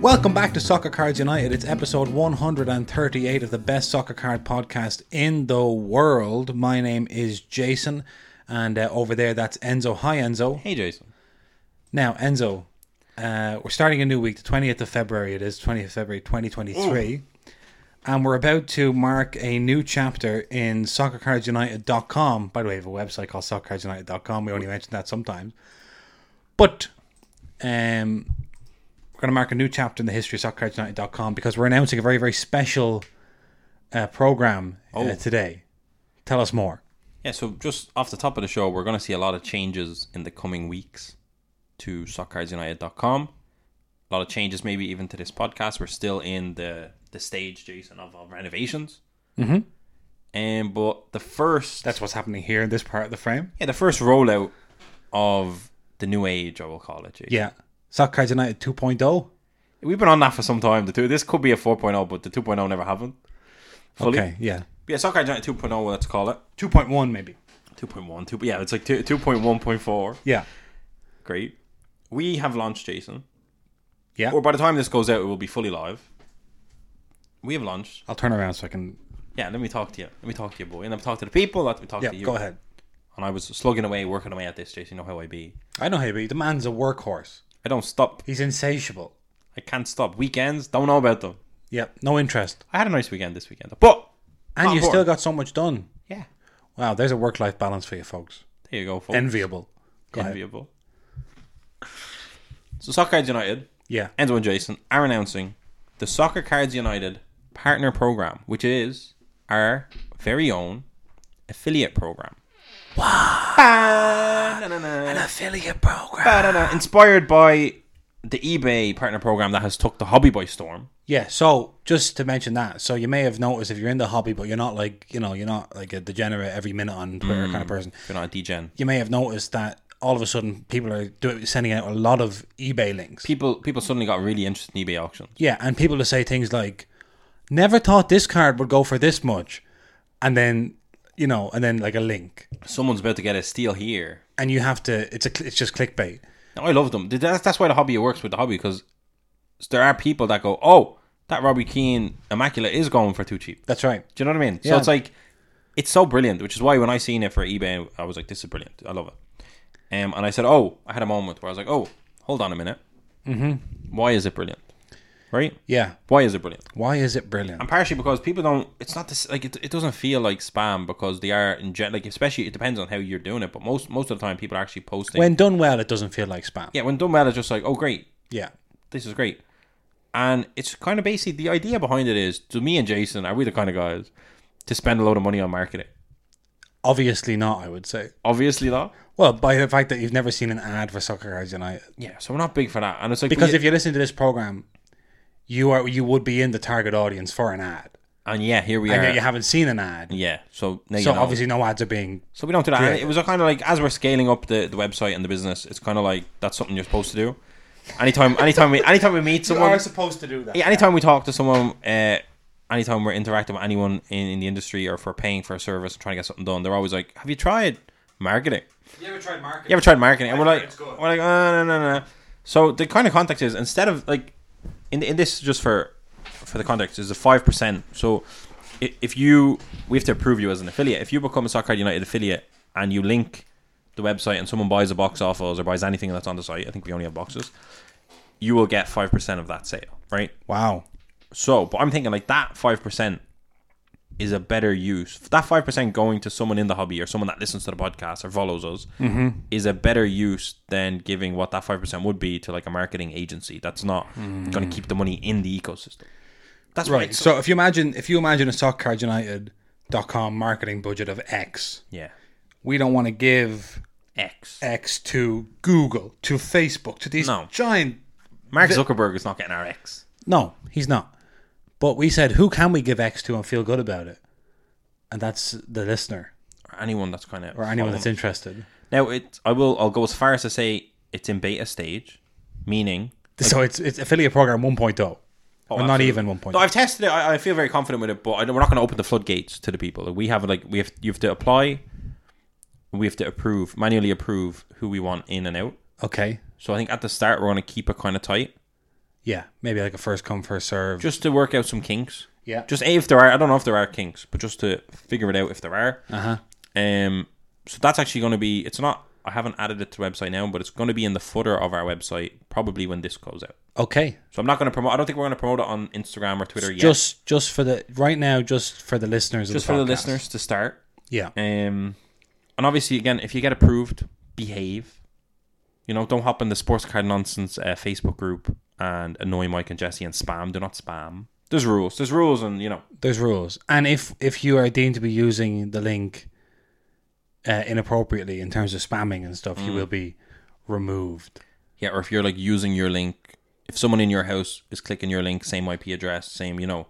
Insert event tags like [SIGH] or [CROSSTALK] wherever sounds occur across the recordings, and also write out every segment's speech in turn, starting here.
Welcome back to Soccer Cards United. It's episode 138 of the best soccer card podcast in the world. My name is Jason, and uh, over there that's Enzo. Hi, Enzo. Hey, Jason. Now, Enzo, uh, we're starting a new week, the 20th of February, it is 20th of February 2023. And we're about to mark a new chapter in soccercardsunited.com. By the way, we have a website called soccercardsunited.com. We only mention that sometimes. But um, we're going to mark a new chapter in the history of soccercardsunited.com because we're announcing a very, very special uh, program uh, today. Tell us more. Yeah, so just off the top of the show, we're going to see a lot of changes in the coming weeks to soccercardsunited.com. A lot of changes, maybe even to this podcast. We're still in the the stage, Jason, of, of renovations. Mm-hmm. And but the first, That's what's happening here in this part of the frame. yeah, the first rollout of the new age, I will call it. Jason. Yeah. Soccer Cards United oh? 2.0. We've been on that for some time. The two, this could be a 4.0, but the 2.0 never happened. Fully. Okay, yeah. Yeah, Soccer Giant 2.0, let's call it. 2.1 maybe. 2.1, 2, yeah, it's like 2, 2.1.4. Yeah. Great. We have launched Jason. Yeah. Or by the time this goes out, it will be fully live. We have launched. I'll turn around so I can. Yeah, let me talk to you. Let me talk to you, boy. And let me talk to the people. Let me talk Yeah, to you. go ahead. And I was slugging away, working away at this, Jason. You know how I be. I know how you be. The man's a workhorse. I don't stop. He's insatiable. I can't stop. Weekends, don't know about them. Yep, no interest. I had a nice weekend this weekend. But, And Not you bored. still got so much done. yeah, Wow, there's a work life balance for you folks. there you go, folks. Enviable. Go ahead. Enviable. So, Soccer United. Yeah. Enzo and Jason are announcing the Soccer Cards United partner program, which is our very own affiliate program. Ba-na-na. Affiliate program. Ba-na-na. Inspired by the eBay partner program that has took the hobby by storm. Yeah, so just to mention that, so you may have noticed if you're in the hobby, but you're not like, you know, you're not like a degenerate every minute on Twitter kind of person. If you're not a DGen. You may have noticed that all of a sudden people are do- sending out a lot of eBay links. People people suddenly got really interested in eBay auctions. Yeah, and people to say things like, "Never thought this card would go for this much," and then you know, and then like a link, Someone's about to get a steal here. and you have to. It's a. cl- It's just clickbait. No, I love them. That's, that's why the hobby works with the hobby because there are people that go, oh, that Robbie Keane Immaculate is going for too cheap. That's right. Do you know what I mean? So Yeah. it's like it's so brilliant, which is why when I seen it for eBay, I was like, "This is brilliant. I love it." Um, and I said, "Oh, I had a moment where I was like, oh, hold on a minute. Mm-hmm. Why is it brilliant? Right? Yeah. Why is it brilliant? Why is it brilliant? And partially because people don't. It's not this like it, it. doesn't feel like spam because they are in gen, like especially it depends on how you're doing it. But most most of the time, people are actually posting. when done well, it doesn't feel like spam. yeah, when done well, it's just like, oh, great, Yeah. this is great. And it's kind of basically the idea behind it is to me and Jason are we the kind of guys to spend a load of money on marketing? Obviously not. I would say. Obviously not. Well, by the fact that you've never seen an ad for Soccer Cards United, Yeah, so we're not big for that. And it's like because if you listen to this program, you are you would be in the target audience for an ad, and yeah, here we and are. yet you haven't seen an ad. yeah, so now So you know. obviously, no ads are being. so we don't do that. And it was a kind of like as we're scaling up the, the website and the business, it's kind of like that's something you're supposed to do. [LAUGHS] Anytime, anytime we, anytime we meet someone, supposed to do that. yeah, anytime we talk to someone, uh, anytime we're interacting with anyone in, in the industry or if we're paying for a service and trying to get something done, they're always like, "Have you tried marketing? You ever tried marketing? You ever tried marketing?" And we're heard like, it's good. "We're like, oh, no, no, no." So the kind of context is instead of like, in in this just for for the context is the five percent. So i- if you we have to approve you as an affiliate. If you become a Soccer United affiliate and you link the website and someone buys a box off us or buys anything that's on the site, I think we only have boxes. You will get five percent of that sale, right? Wow. So, but I'm thinking like that five percent is a better use. That five percent going to someone in the hobby or someone that listens to the podcast or follows us Mm-hmm. is a better use than giving what that five percent would be to like a marketing agency that's not going to keep the money in the ecosystem. That's Mm-hmm. Right. right. So if you imagine if you imagine a soccercardsunited.com marketing budget of X, yeah, we don't want to give X. X to Google, to Facebook, to these No. giant Mark Zuckerberg is not getting our X. No, he's not. But we said who can we give X to and feel good about it? And that's the listener Or anyone that's kind of or anyone that's interested. now. It. I will. I'll go as far as to say it's in beta stage, meaning So it's it's affiliate program 1.0. or not absolutely. even oh. 1.0. No, I've tested it. I, I feel very confident with it, but I don't, we're not going to open the floodgates to the people. We have like we have you have to apply, we have to approve manually approve who we want in and out. okay. So I think at the start we're going to keep it kind of tight, Yeah, maybe like a first come first serve. just to work out some kinks. Yeah. Just A, if there are, I don't know if there are kinks, but just to figure it out if there are. uh huh. Um, so that's actually going to be. It's not. I haven't added it to the website now, but it's going to be in the footer of our website probably when this goes out. Okay. So I'm not going to promote. I don't think we're going to promote it on Instagram or Twitter yet. Just just for the right now, just for the listeners. of just for the podcast. listeners to start. Yeah. Um, and obviously, again, if you get approved, behave. You know, don't hop in the sports card nonsense uh, Facebook group and annoy Mike and Jesse and spam. Do not spam. There's rules. There's rules, and you know, There's rules, and if if you are deemed to be using the link uh, inappropriately in terms of spamming and stuff, you will be removed. yeah. Or if you're like using your link, if someone in your house is clicking your link, same IP address, same, you know,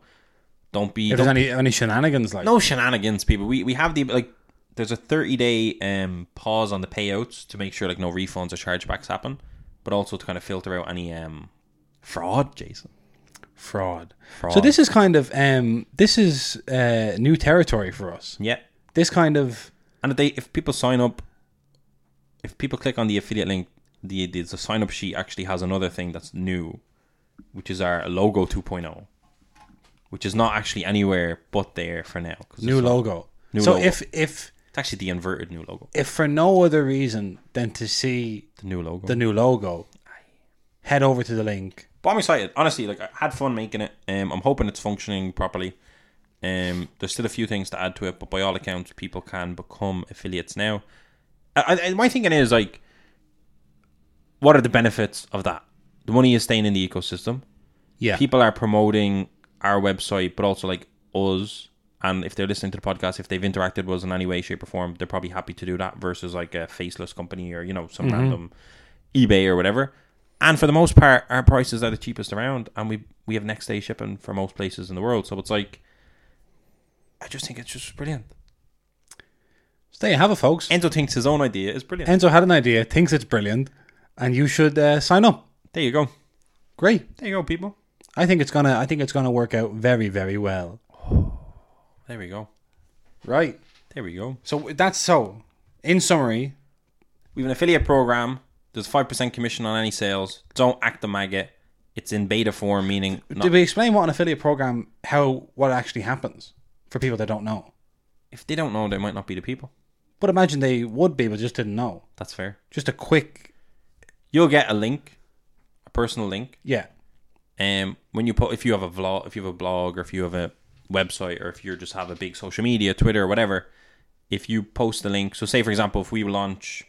don't be. If don't there's any any shenanigans like no shenanigans, people. We we have the like. There's a 30 day um pause on the payouts to make sure like no refunds or chargebacks happen, but also to kind of filter out any um fraud, Jason. fraud. Fraud. So this is kind of um this is uh, new territory for us. Yeah. This kind of And if they if people sign up, if people click on the affiliate link, the the, the sign up sheet actually has another thing that's new, which is our logo 2.0, which is not actually anywhere but there for now. 'cause new it's, logo. New so logo. if if it's actually the inverted new logo, if for no other reason than to see the new logo. the new logo, head over to the link. but I'm excited, honestly. Like I had fun making it. Um, I'm hoping it's functioning properly. Um, there's still a few things to add to it, but by all accounts, people can become affiliates now. I, I, my thinking is like, what are the benefits of that? The money is staying in the ecosystem. Yeah. people are promoting our website, but also like us. And if they're listening to the podcast, if they've interacted with us in any way, shape, or form, they're probably happy to do that versus like a faceless company or, you know, some random eBay or whatever. And for the most part, our prices are the cheapest around and we we have next day shipping for most places in the world. So it's like I just think it's just brilliant. so there you have it, folks. Enzo thinks his own idea is brilliant. Enzo had an idea, thinks it's brilliant, and you should uh, sign up. there you go. Great. There you go, people. I think it's gonna. I think it's gonna work out very, very well. There we go. Right. There we go. So that's so. In summary, We have an affiliate program. There's five percent commission on any sales. Don't act the maggot. It's in beta form, meaning not, did we explain what an affiliate program, how what actually happens for people that don't know? if they don't know, they might not be the people. But imagine they would be, but just didn't know. That's fair. Just a quick, You'll get a link, a personal link. yeah, Um, when you put, if you have a vlog, if you have a blog, or if you have a website, or if you just have a big social media, Twitter, or whatever, if you post the link. So, say for example, if we launch,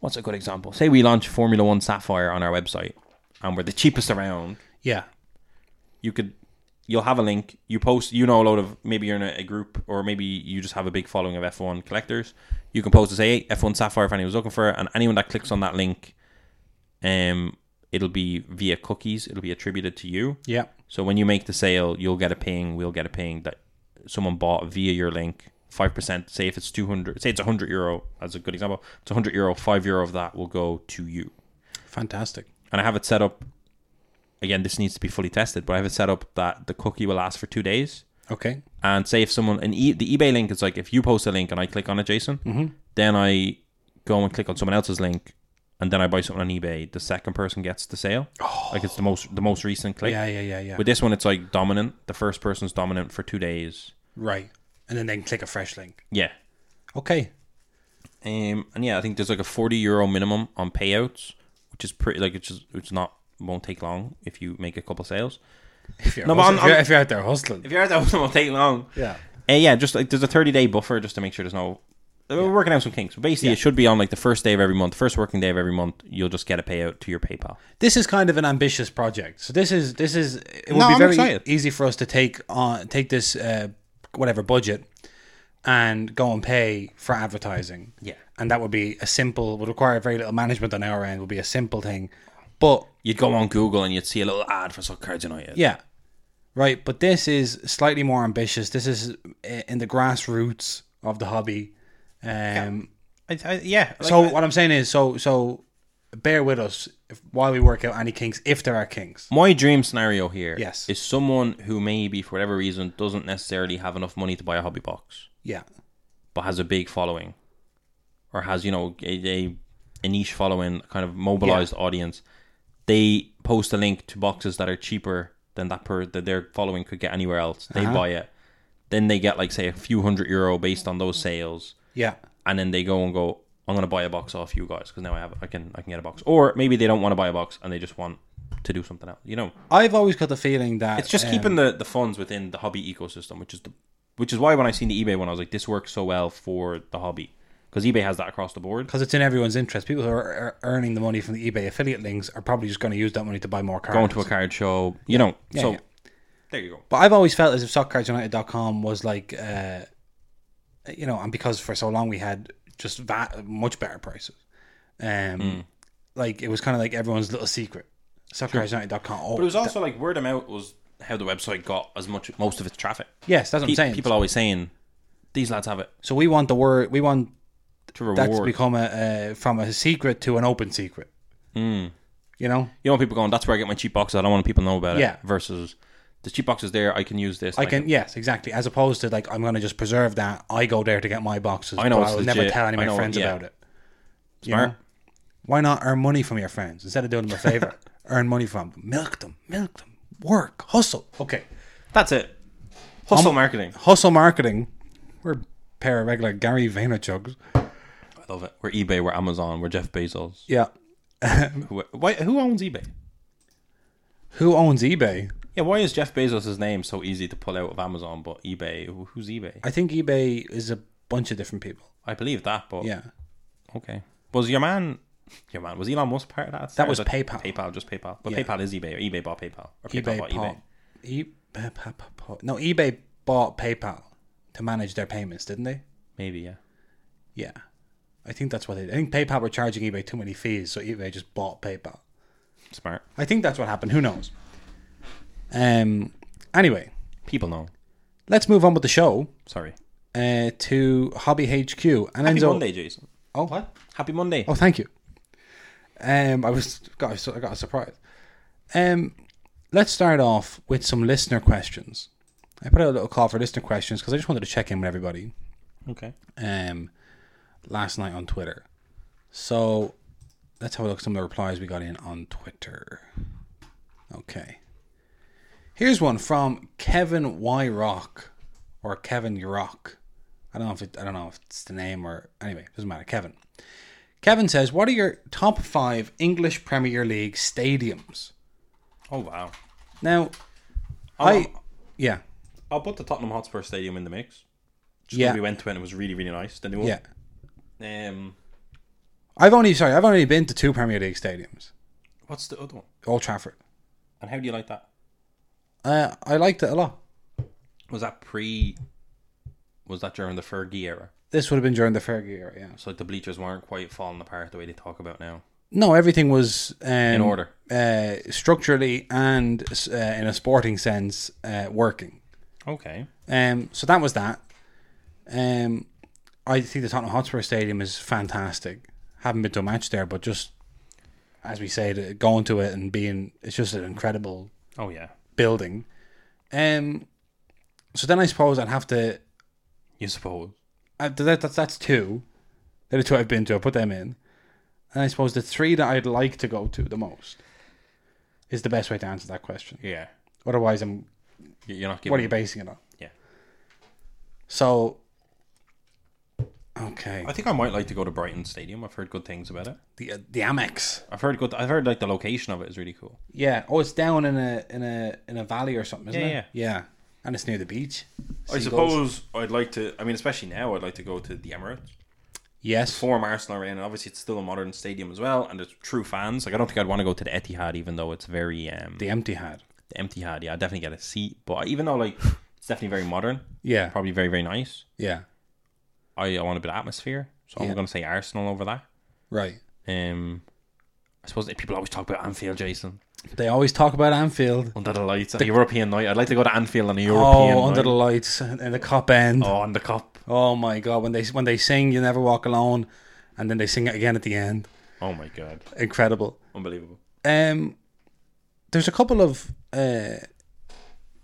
what's a good example? Say we launch Formula One Sapphire on our website, and we're the cheapest around. yeah, you could you'll have a link you post you know a lot of maybe you're in a, a group or maybe you just have a big following of f1 collectors you can post to say hey, f1 sapphire if anyone's looking for it and anyone that clicks on that link um it'll be via cookies it'll be attributed to you yeah, so when you make the sale you'll get a ping we'll get a ping that someone bought via your link 5% say if it's 200 say it's 100 euro as a good example it's 100 euro 5 euro of that will go to you fantastic. and I have it set up. Again, this needs to be fully tested, but I have it set up that the cookie will last for two days. Okay, And say if someone an e- the eBay link is like if you post a link and I click on it, Jason, then I go and click on someone else's link, and then I buy something on eBay. The second person gets the sale. Like it's the most the most recent click. yeah, yeah, yeah, yeah. With this one, it's like dominant. The first person's dominant for two days. right, and then they can click a fresh link. Yeah. Okay, [LAUGHS] Um, and yeah, I think there's like a 40 euro minimum on payouts, which is pretty like it's just it's not won't take long if you make a couple sales. if you're No, but hustling- I'm- if, you're, I'm- if you're out there hustling, If you're at that, [LAUGHS] it won't take long. yeah, Uh, yeah, just like there's a 30 day buffer just to make sure there's no. uh, We're working out some kinks. But basically, it should be on like the first day of every month, first working day of every month. You'll just get a payout to your PayPal. this is kind of an ambitious project. So this is this is it would No, be I'm very excited. easy for us to take on take this uh, whatever budget and go and pay for advertising. Yeah. and that would be a simple would require very little management on our end. Would be a simple thing, but You'd go on Google and you'd see a little ad for Soccer Cards United. yeah, right. But this is slightly more ambitious. This is uh, in the grassroots of the hobby. Um, I, I, yeah. like- So what I'm saying is, so so bear with us if, while we work out any kinks, if there are kinks. my dream scenario here Yes. is someone who maybe, for whatever reason, doesn't necessarily have enough money to buy a hobby box, Yeah, but has a big following or has, you know, a, a, a niche following, a kind of mobilized audience. they post a link to boxes that are cheaper than that per that their following could get anywhere else. They buy it, then they get like say a few hundred euro based on those sales, Yeah. and then they go and go. I'm gonna buy a box off you guys because now I have I can I can get a box. Or maybe they don't want to buy a box and they just want to do something else. You know, I've always got the feeling that it's just um, keeping the, the funds within the hobby ecosystem, which is the which is why when I seen the eBay one, I was like, this works so well for the hobby because eBay has that across the board. because it's in everyone's interest. People who are, are earning the money from the eBay affiliate links are probably just going to use that money to buy more cards. Going to a card show, you know. so yeah. there you go. But I've always felt as if soccercardsunited.com was like, uh, you know, and because for so long we had just va- much better prices, um, Hmm. like it was kind of like everyone's little secret. Soccercardsunited.com. Oh, But it was also like word of mouth was how the website got as much most of its traffic. yes, that's what Pe- I'm saying. People always saying these lads have it so we want the word. We want to that reward. to become a uh, from a secret to an open secret. Hmm. You know, you know, people going, that's where I get my cheap boxes. I don't want people to know about Yeah. it. Versus the cheap box is there. I can use this. I can yes, exactly. As opposed to like I'm going to just preserve that. I go there to get my boxes. I know but it's I will never legit. tell any of I my know, friends yeah. about it. You Smart. know? Why not earn money from your friends instead of doing them a [LAUGHS] favor? earn money from them. Milk them. Milk them. Work. Hustle. Okay. That's it. Hustle marketing. Hustle marketing. We're a pair of regular Gary Vaynerchugs. I love it. We're eBay. We're Amazon. We're Jeff Bezos. Yeah. Who, why, who owns eBay? Who owns eBay? Yeah, why is Jeff Bezos' name so easy to pull out of Amazon, but eBay? wh- Who's eBay? I think eBay is a bunch of different people. I believe that, but Yeah. okay. Was your man, your man, was Elon Musk part of that? That was Or is it PayPal. PayPal, just PayPal. But Yeah. PayPal is eBay, or eBay bought PayPal, or PayPal eBay bought bought eBay. e- pa- pa- pa- pa- No, eBay bought PayPal to manage their payments, didn't they? Maybe, yeah. Yeah. I think that's what they I think PayPal were charging eBay too many fees, so eBay just bought PayPal. Smart. I think that's what happened. Who knows? Um anyway, People know. let's move on with the show Sorry. uh, to Hobby HQ and Happy Enzo. Monday, Jason. Oh, Happy Monday. Oh, thank you. Um, I was got a su- I got a surprise. Um, let's start off with some listener questions. I put out a little call for listener questions because I just wanted to check in with everybody. Okay. um, last night on Twitter. So let's have a look at some of the replies we got in on Twitter. Okay. Here's one from Kevin Y Rock or Kevin Rock. I don't know if it, I don't know if it's the name or anyway, doesn't matter. Kevin. Kevin says, "What are your top 5 English Premier League stadiums?" Oh, wow. Now, Oh. I yeah. I'll put the Tottenham Hotspur Stadium in the mix. Just Yeah. 'cause we went to it and it was really, really nice. The new one. Yeah. Um, I've only sorry, I've only been to two Premier League stadiums. what's the other one? Old Trafford. And how do you like that? Uh, I liked it a lot. Was that pre. Was that during the Fergie era? This would have been during the Fergie era, yeah. So like the bleachers weren't quite falling apart the way they talk about now. No, everything was um, in order. uh, structurally and uh, in a sporting sense uh, working. Okay. Um, so that was that. Um, I think the Tottenham Hotspur Stadium is fantastic. Haven't been to a match there, but just as we said, uh, going to it and being it's just an incredible Oh yeah. building. Um, so then I suppose I'd have to You suppose. Uh, th- that, that's that's two. They're the two I've been to. I put them in, and I suppose the three that I'd like to go to the most is the best way to answer that question. Yeah. Otherwise, I'm. You- You're not giving. What are you basing it on? Yeah. So, okay, I think I might like to go to Brighton Stadium. I've heard good things about it. the uh, the Amex. I've heard good. I've heard like the location of it is really cool. Yeah. Oh, it's down in a in a in a valley or something, isn't Yeah, it? Yeah. Yeah. And it's near the beach. I Seagulls. suppose I'd like to. I mean, especially now, I'd like to go to the Emirates. Yes. Form Arsenal are in, and obviously it's still a modern stadium as well, and it's true fans. Like I don't think I'd want to go to the Etihad, even though it's very um The empty hat. the empty had. Yeah, I definitely get a seat, but even though like it's definitely very modern, Yeah. probably very very nice. Yeah. I, I want a bit of atmosphere, so I'm going to say Arsenal over that. Right. Um, I suppose that people always talk about Anfield, Jason. They always talk about Anfield. Under the lights, a European night. I'd like to go to Anfield on a European Oh, under night. the lights and the cop end. oh, on the cup. Oh my god, when they when they sing "You Never Walk Alone," and then they sing it again at the end, Oh my god, incredible. unbelievable. Um, there's a couple of uh,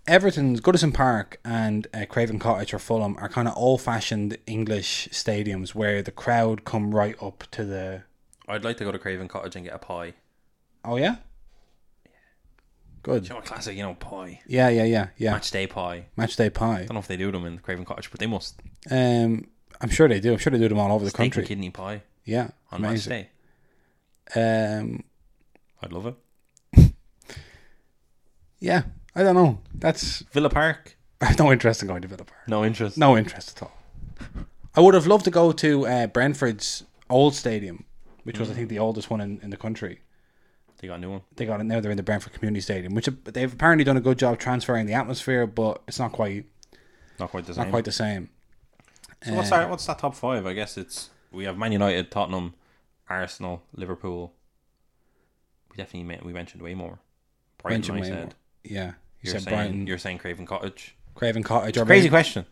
Everton's Goodison Park and uh, Craven Cottage or Fulham are kind of old-fashioned English stadiums where the crowd come right up to the. I'd like to go to Craven Cottage and get a pie. Oh yeah, Good. You know, a classic, you know, pie. Yeah, yeah, yeah, yeah. Match day pie. Match day pie. I don't know if they do them in Craven Cottage, but they must. Um, I'm sure they do. I'm sure they do them all over the Steak and country. kidney pie Yeah, on amazing. match day. Um, I'd love it. yeah, I don't know. That's Villa Park. I have [LAUGHS] no interest in going to Villa Park. No interest. No interest at all. I would have loved to go to uh, Brentford's old stadium, which was I think the oldest one in, in the country. They got a new one. They got it now. They're in the Brentford Community Stadium, which uh, they've apparently done a good job transferring the atmosphere, but it's not quite Not quite the not same. quite Uh, the same. So what's our, what's that top five? I guess it's we have Man United, Tottenham, Arsenal, Liverpool. We definitely men- we mentioned Waymore. Brighton, Mention I Waymore. said. Yeah, you You're said saying Brighton, you're saying Craven Cottage. Craven Cottage, or Crazy maybe, question.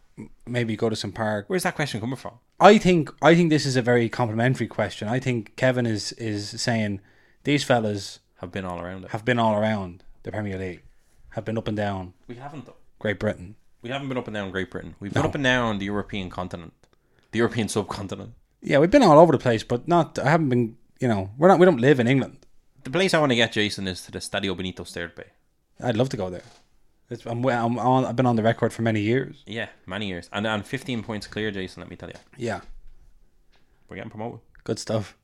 maybe Goodison Park. Where's that question coming from? I think I think this is a very complimentary question. I think Kevin is is saying these fellas Have been all around it. have been all around the Premier League, have been up and down We haven't though. Great Britain. We haven't been up and down Great Britain. We've been up and down the European continent, the European subcontinent. Yeah, we've been all over the place, but not. I haven't been. You know, we're not. We don't live in England. The place I want to get Jason is to the Stadio Benito Stirpe. I'd love to go there. It's, I'm, I'm on, I've been on the record for many years. Yeah, many years, and and 15 points clear, Jason. Let me tell you, Yeah, we're getting promoted. good stuff.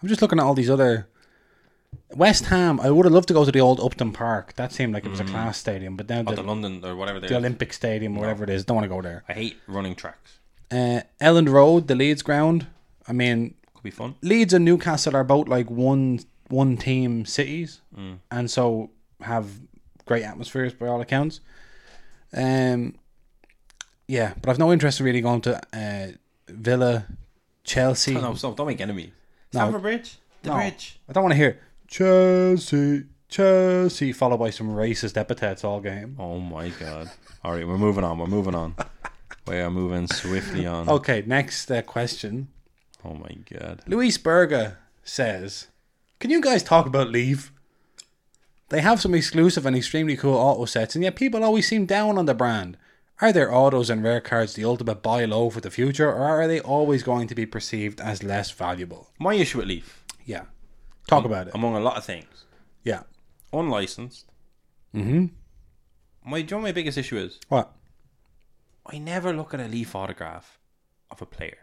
I'm just looking at all these other. West Ham. I would have loved to go to the old Upton Park. That seemed like it was a class stadium, but now Or the, the London or whatever. the they're Olympic Stadium or whatever it is, don't want to go there. I hate running tracks. Uh, Elland Road, the Leeds ground. I mean, Could be fun. Leeds and Newcastle are both like one one team cities, and so have great atmospheres by all accounts. Um, yeah, but I've no interest in really going to uh, Villa, Chelsea. No, no, stop, don't make enemies. Stamford Bridge? The No. bridge. I don't want to hear Chelsea, Chelsea, followed by some racist epithets all game. Oh my god. [LAUGHS] All right, we're moving on. We're moving on. we are moving swiftly on. Oh, Okay, next uh, question. my god. Luis Berger says, "Can you guys talk about leave? They have some exclusive and extremely cool auto sets, and yet people always seem down on the brand. Are their autos and rare cards the ultimate buy low for the future, or are they always going to be perceived as less valuable? My issue with Leaf, Yeah, talk about it. among a lot of things, Yeah, unlicensed. Mm-hmm. My, do you know what my biggest issue is? what? I never look at a Leaf autograph of a player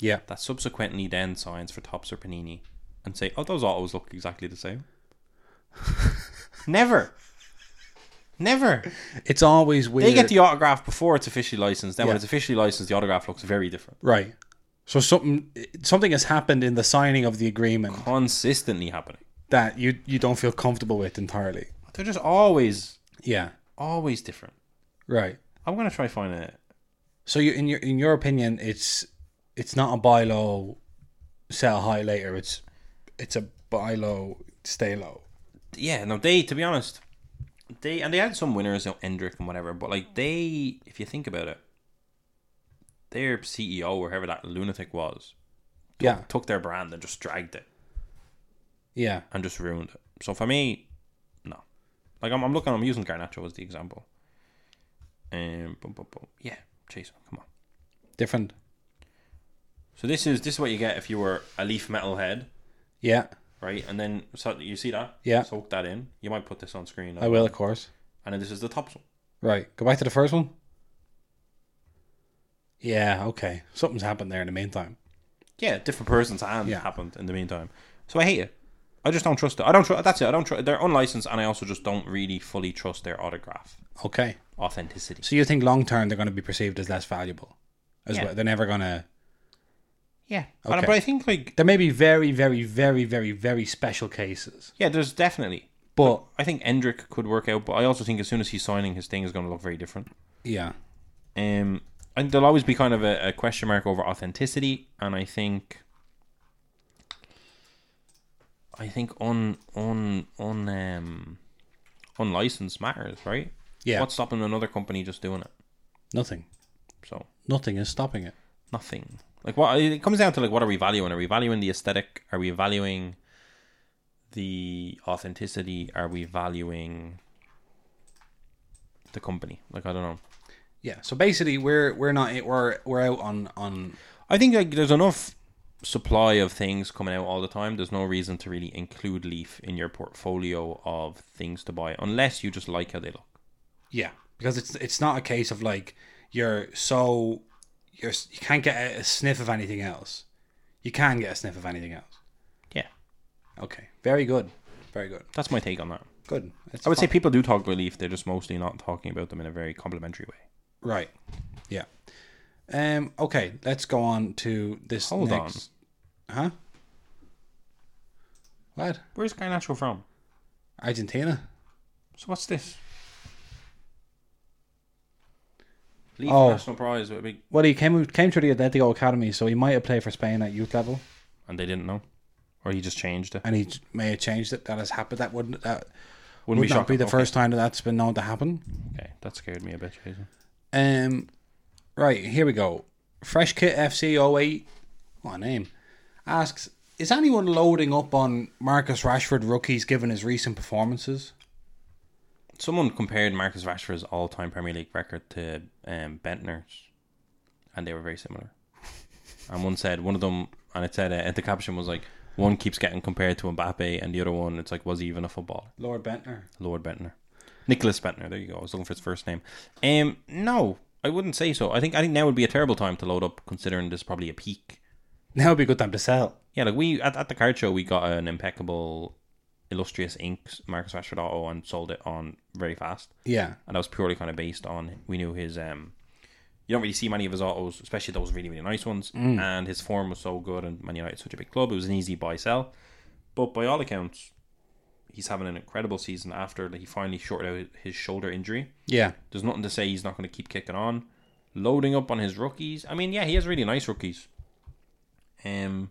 Yeah, that subsequently then signs for Tops or Panini and say, oh, those autos look exactly the same. never. Never. it's always weird. They get the autograph before it's officially licensed. Then Yeah. when it's officially licensed, the autograph looks very different. right. So something something has happened in the signing of the agreement Consistently happening. that you you don't feel comfortable with entirely. They're just always, Yeah, always different. right. I'm gonna try find a So you, in your in your opinion, it's it's not a buy low, sell high later. It's it's a buy low, stay low. yeah. No, they to be honest, they and they had some winners, you know, Endrick and whatever. But like they, if you think about it, their CEO or whoever that lunatic was Yeah, took their brand and just dragged it yeah, and just ruined it. So for me, no. Like I'm, I'm looking, I'm using Garnacho as the example. Um, boom, boom, boom. yeah, Jason, come on. different. So this is this is what you get if you were a leaf metalhead. Yeah, right? And then so you see that? Yeah. Soak that in. You might put this on screen. I will, of course. And then this is the top one. Right, go back to the first one. Yeah, okay. Something's happened there in the meantime. Yeah, different person's hand Yeah. happened in the meantime. So I hate it. I just don't trust it. I don't trust. That's it. I don't trust. They're unlicensed, and I also just don't really fully trust their autograph Okay, authenticity. so you think long term they're going to be perceived as less valuable, as Yeah. well? They're never going to. Yeah, And- Okay. but I think like There may be very, very, very, very, very special cases, yeah, there's definitely. but I think Endrick could work out, but I also think as soon as he's signing, his thing is going to look very different. yeah, Um, and there'll always be kind of a, a question mark over authenticity, and I think, I think on on on um, unlicensed matters, right? Yeah. What's stopping another company just doing it? nothing, So nothing is stopping it. nothing. Like what it comes down to, like what are we valuing? Are we valuing the aesthetic? Are we valuing the authenticity? Are we valuing the company? Like I don't know. Yeah. So basically, we're we're not we're we're out on on I think like there's enough supply of things coming out all the time, there's no reason to really include Leaf in your portfolio of things to buy unless you just like how they look. Yeah, because it's it's not a case of like you're so you're s- you can't get a, a sniff of anything else. You can get a sniff of anything else. Yeah, Okay, very good, very good, that's my take on that. good. It's I would say fine. people do talk about Leaf, they're just mostly not talking about them in a very complimentary way. right. Yeah. Um. Okay, let's go on to this. Hold on. next. Huh? What? Where's Garnacho from? Argentina. So what's this? Leaf Oh. National Prize with a big Well, he came came through the Atletico Academy, so he might have played for Spain at youth level, and they didn't know, or he just changed it. and he j- may have changed it. That has happened. That wouldn't that Wouldn't would be not shocking. be the okay. first time that that's been known to happen. Okay, that scared me a bit, Jason. Um, right here we go. Fresh Kit FC 08, what a name, asks: Is anyone loading up on Marcus Rashford rookies given his recent performances? Someone compared Marcus Rashford's all-time Premier League record to um, Bentner's, and they were very similar. And one said one of them, and it said uh, and the caption was like, one keeps getting compared to Mbappe, and the other one, it's like, was he even a footballer? Lord Bentner. Lord Bentner, Nicholas Bentner. There you go. I was looking for his first name. Um, no, I wouldn't say so. I think I think now would be a terrible time to load up, considering this is probably a peak. Now would be a good time to sell. Yeah, like we at, at the card show we got an impeccable illustrious inks Marcus Rashford Auto and sold it on very fast. Yeah, And that was purely kind of based on we knew his um you don't really see many of his autos, especially those really, really nice ones. And his form was so good and Man United's such a big club, it was an easy buy sell. But by all accounts, he's having an incredible season after he finally shorted out his shoulder injury. yeah, There's nothing to say he's not going to keep kicking on. Loading up on his rookies. I mean, yeah, he has really nice rookies. Um,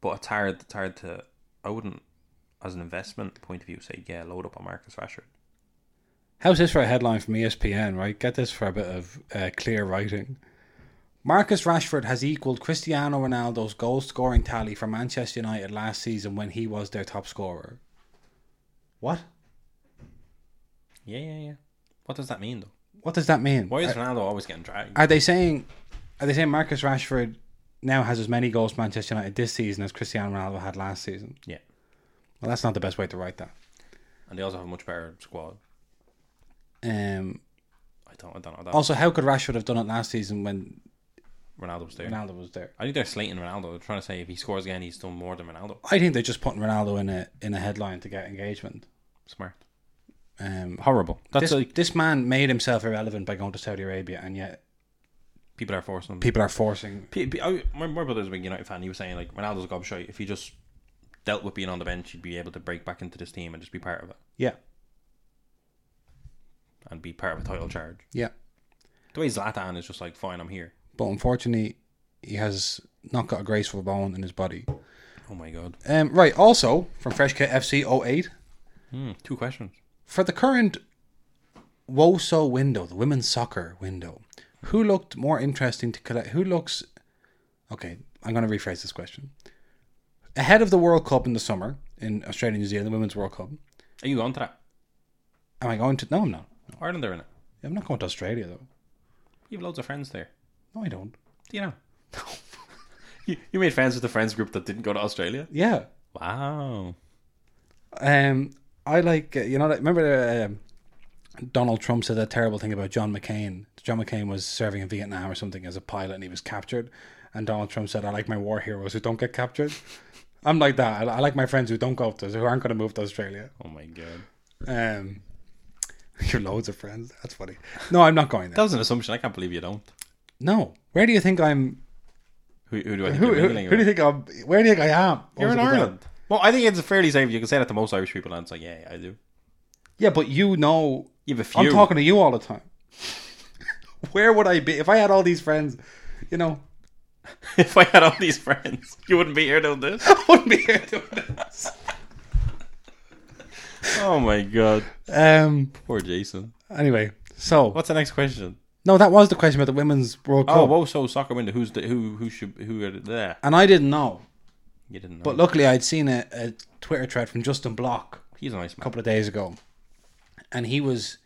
but it's hard, it's hard to. I wouldn't, as an investment point of view, say yeah, load up on Marcus Rashford. How's this for a headline from E ESPN, right? Get this for a bit of uh, clear writing. Marcus Rashford has equaled Cristiano Ronaldo's goal scoring tally for Manchester United last season when he was their top scorer. What? Yeah, yeah, yeah. What does that mean though? What does that mean? Why is Ronaldo always getting dragged? Are they saying are they saying Marcus Rashford now has as many goals for Manchester United this season as Cristiano Ronaldo had last season? yeah, Well, that's not the best way to write that. and they also have a much better squad. Um, I don't, I don't know that also, how could Rashford have done it last season when Ronaldo was there. Ronaldo was there? I think they're slating Ronaldo. They're trying to say if he scores again, he's done more than Ronaldo. I think they're just putting Ronaldo in a in a headline to get engagement. Smart. Um, Horrible. That's this, like this man made himself irrelevant by going to Saudi Arabia, and yet people are forcing him. people are forcing. P- P- I, my, my brother's a big United fan. He was saying like Ronaldo's a gobshite. If he just dealt with being on the bench, he'd be able to break back into this team and just be part of it Yeah, and be part of a title charge. yeah. The way Zlatan is just like, fine, I'm here. But unfortunately, he has not got a graceful bone in his body. Oh my god. Um, right. Also from Fresh Kit FC 08, Hmm, two questions. for the current WOSO window, the women's soccer window, who looked more interesting to collect? Who looks. Okay, I'm going to rephrase this question. Ahead of the World Cup in the summer in Australia, New Zealand, the Women's World Cup. Are you on to that? Am I going to. No, I'm not. Ireland are in it. I'm not going to Australia, though. You have loads of friends there. No, I don't. Do you know? [LAUGHS] you, you made friends with the friends group that didn't go to Australia. Yeah. Wow. Um, I like. uh, You know, like, remember um Donald Trump said that terrible thing about John McCain? John McCain was serving in Vietnam or something as a pilot and he was captured. And Donald Trump said, I like my war heroes who don't get captured. I'm like that. I, I like my friends who don't go to, who aren't going to move to Australia. Oh my god. Um, [LAUGHS] you're loads of friends. That's funny. No, I'm not going That there. was an assumption. I can't believe you don't. No. Where do you think I'm? Who, who do I think Who, you're who, mingling who do you with? think I'm? Where do you think I am? You're in Most of the time. Ireland. Well, I think it's fairly safe. You can say that to most Irish people, and it's like, yeah, yeah I do. Yeah, but you know You have a few. I'm talking to you all the time. [LAUGHS] Where would I be if I had all these friends? You know, [LAUGHS] [LAUGHS] if I had all these friends, [LAUGHS] you wouldn't be here doing this. I wouldn't be here doing this. Oh my god, Um. poor Jason. Anyway, so What's the next question? no, that was the question about the women's World Cup, Oh, whoa, so soccer window. Who's the who? Who should who are there? and I didn't know. You didn't know. But luckily, I'd seen a, a Twitter thread from Justin Block he's a nice a man. couple of days ago, and he was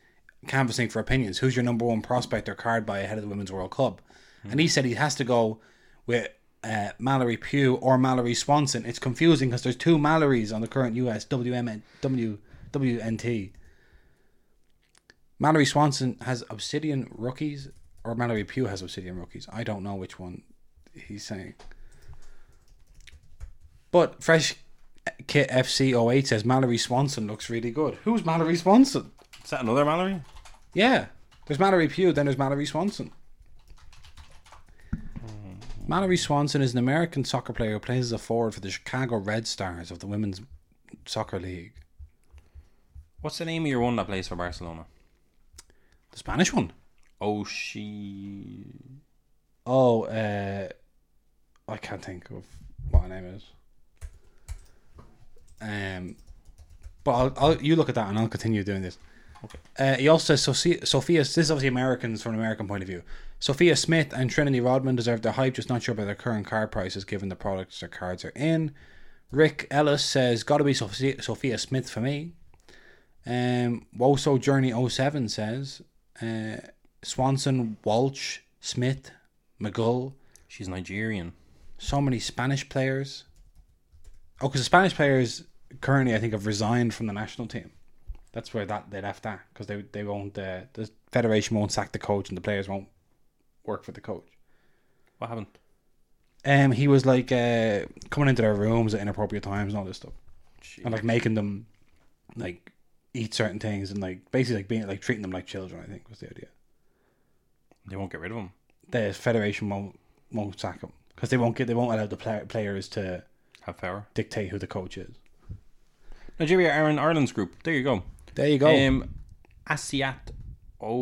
canvassing for opinions. Who's your number one prospect or card by ahead of the women's World Cup? And he said he has to go with uh, Mallory Pugh or Mallory Swanson. It's confusing because there's two Mallorys on the current US WMN, W, WNT. Mallory Swanson has Obsidian rookies, or Mallory Pugh has Obsidian rookies. I don't know which one he's saying. But Fresh Kit FC08 says Mallory Swanson looks really good. Who's Mallory Swanson? Is that another Mallory? Yeah. There's Mallory Pugh, then there's Mallory Swanson. Mallory Swanson is an American soccer player who plays as a forward for the Chicago Red Stars of the Women's Soccer League. What's the name of your one that plays for Barcelona? The Spanish one. Oh, she. Oh, uh, I can't think of what her name is. Um, but I'll, I'll you look at that and I'll continue doing this. Okay. Uh, he also says Sophia, Sophia. This is obviously Americans from an American point of view. Sophia Smith and Trinity Rodman deserve their hype. Just not sure about their current card prices, given the products their cards are in. Rick Ellis says, "Got to be Sophia, Sophia Smith for me." Um, Woso Journey 07 says, uh, "Swanson, Walsh, Smith, McGull, She's Nigerian. so many Spanish players. Oh, because the Spanish players currently, I think, have resigned from the national team. That's where that they left that because they they won't uh, the federation won't sack the coach and the players won't work for the coach. What happened? Um, he was like uh, coming into their rooms at inappropriate times and all this stuff, Jeez. and like making them like eat certain things and like basically like being like treating them like children. I think was the idea. They won't get rid of him. The federation won't won't sack them because they won't get they won't allow the pla players to Have power. dictate who the coach is. Nigeria are in Ireland's group. There you go. There you go. Um, Asiat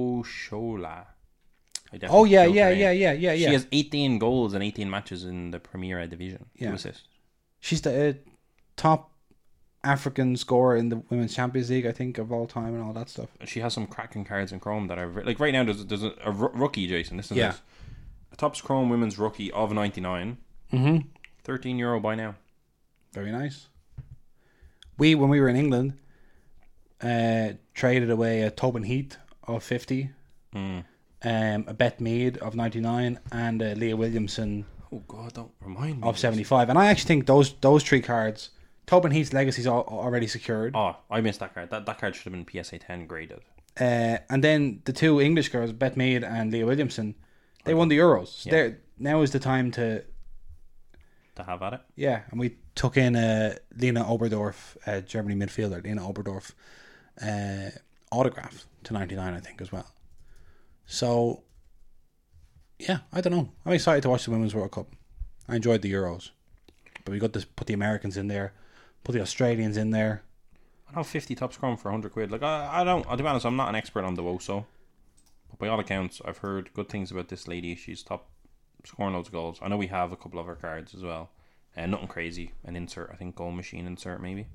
Oshola. I definitely Oh yeah, killed yeah, her yeah, name. yeah, yeah, yeah. She has 18 goals and 18 matches in the Premier Division. Yeah. Two assists. She's the uh, top African scorer in the Women's Champions League, I think, of all time, and all that stuff. She has some cracking cards in Chrome that are re- like right now. There's there's a, a ro- rookie Jason. Listen, Yeah. to this. a tops Chrome women's rookie of 99, Mm-hmm. 13 euro by now. Very nice. We, when we were in England, uh, traded away a Tobin Heath of fifty, Mm. um, a Bet Mead of ninety nine, and uh, Leah Williamson Oh God, don't remind me. of seventy five. And I actually think those those three cards, Tobin Heath's legacy's al- already secured. Oh, I missed that card. That that card should have been PSA 10 graded. Uh, and then the two English girls, Bet Mead and Leah Williamson, they won the Euros. So they're- Now is the time to To have at it. yeah, and we took in uh, Lena Oberdorf, uh, Germany midfielder, Lena Oberdorf, uh, autograph to ninety nine, I think, as well. So, yeah, I don't know. I'm excited to watch the Women's World Cup. I enjoyed the Euros, but we got to put the Americans in there, put the Australians in there. I know 50 tops Chrome for 100 quid. Like I, I don't. I'll be honest. I'm not an expert on the Woso, but by all accounts, I've heard good things about this lady. She's top scoring loads of goals. I know we have a couple of her cards as well. And nothing crazy. An insert. I think goal machine insert maybe.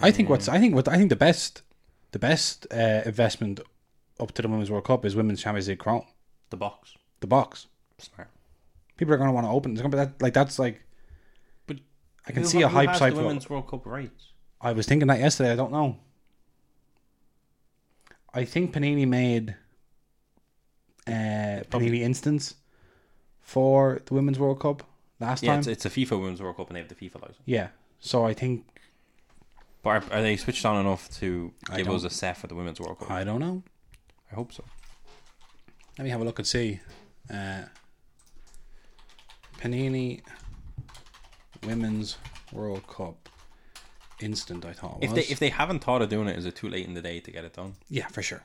I think what's Um, I think what I think the best, the best uh, investment up to the Women's World Cup is Women's Champions League Chrome, The box. the box. Smart. People are going to want to open. It's going to be that like that's like But I can who see ha- a who hype has site the for- Women's World Cup rights. I was thinking that yesterday. I don't know. I think Panini made uh, Panini Instance for the Women's World Cup last Yeah, time. it's, it's a FIFA Women's World Cup, and they have the FIFA license. yeah. So I think But are, are they switched on enough to I give don't- us a set for the Women's World Cup? I, I don't know. hope so. Let me have a look and see. Uh, Panini Women's World Cup Instant. I thought it If was. they if they haven't thought of doing it, is it too late in the day to get it done? yeah, for sure.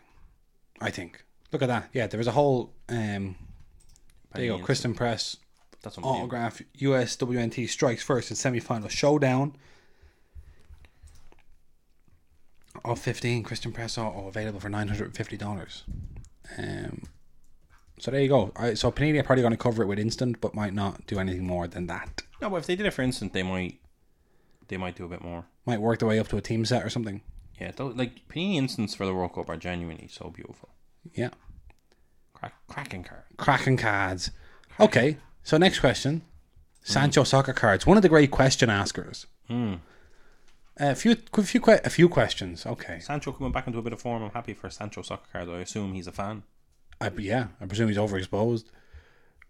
I think. Look at that. Yeah, there was a whole. Um, there you Panini go, Kristen Press. That's unbelievable. autograph USWNT strikes first in semi-final showdown. Of fifteen, Christian Presso are available for nine hundred and fifty dollars. Um, so there you go. I, so Panini are probably going to cover it with instant, but might not do anything more than that. No, but if they did it for instance, they might they might do a bit more. Might work their way up to a team set or something. Yeah, though, like Panini instants for the World Cup are genuinely so beautiful. Yeah, Crack, cracking card. cracking cards. Okay, so next question: Sancho soccer cards. One of the great question askers. A few, a few, que- a few questions. Okay. Sancho coming back into a bit of form. I'm happy for Sancho soccer card. I assume he's a fan. I, yeah, I presume he's overexposed.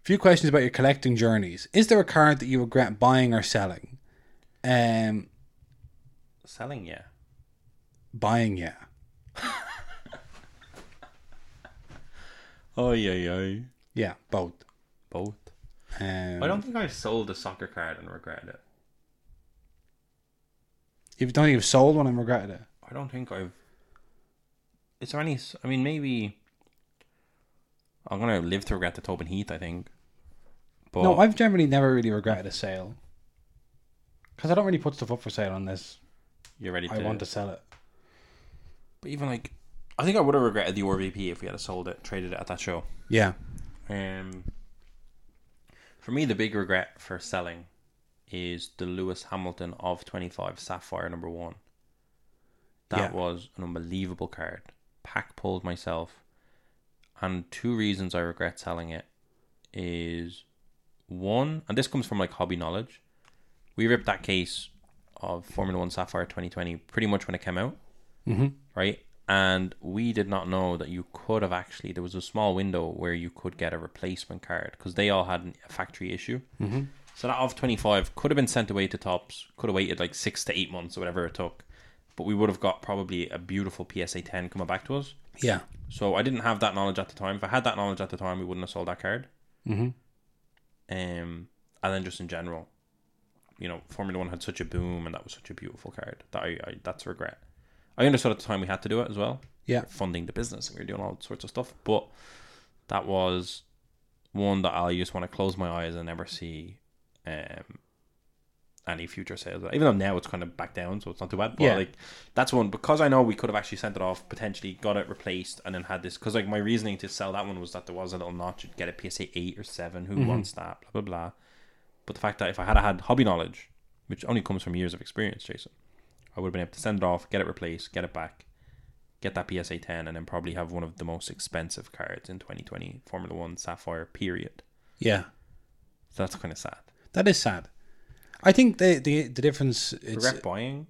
few questions about your collecting journeys. Is there a card that you regret buying or selling? Um, Selling, yeah. buying, yeah. Oh yeah, yeah. Yeah, both. Both. Um, I don't think I sold a soccer card and regret it. If you don't think you've sold one and regretted it. I don't think I've. Is there any? s- I mean, maybe. I'm gonna live to regret the Tobin Heath. I think. But No, I've generally never really regretted a sale. Because I don't really put stuff up for sale unless you're ready. To, I want to sell it. But even like, I think I would have regretted the RVP if we had sold it, traded it at that show. Yeah. Um. For me, the big regret for selling is the Lewis Hamilton of 25 Sapphire number one. Yeah. That was an unbelievable card. Pack pulled myself. And two reasons I regret selling it is one, and this comes from like hobby knowledge. We ripped that case of Formula One Sapphire 2020 pretty much when it came out, mm-hmm. right? And we did not know that you could have actually, there was a small window where you could get a replacement card because they all had an- a factory issue. Mm-hmm. So that of 25 could have been sent away to tops, could have waited like six to eight months or whatever it took. But we would have got probably a beautiful PSA 10 coming back to us. Yeah. So I didn't have that knowledge at the time. If I had that knowledge at the time, we wouldn't have sold that card. Mm-hmm. Um, and then just in general, you know, Formula One had such a boom, and that was such a beautiful card. That I, I that's a regret. I understood at the time we had to do it as well, Yeah. funding the business, and we were doing all sorts of stuff. But that was one that I just want to close my eyes and never see. Um, any future sales, even though now it's kind of back down, so it's not too bad. But Yeah. like that's one because I know we could have actually sent it off, potentially got it replaced, and then had this. Because like my reasoning to sell that one was that there was a little notch, you'd get a PSA eight or seven. Mm-hmm. Who wants that? Blah blah blah. But the fact that if I had had hobby knowledge, which only comes from years of experience, Jason, I would have been able to send it off, get it replaced, get it back, get that PSA ten, and then probably have one of the most expensive cards in 2020 Formula One Sapphire. Period. Yeah. So that's kind of sad. That is sad. I think the the, the difference it's, Regret buying.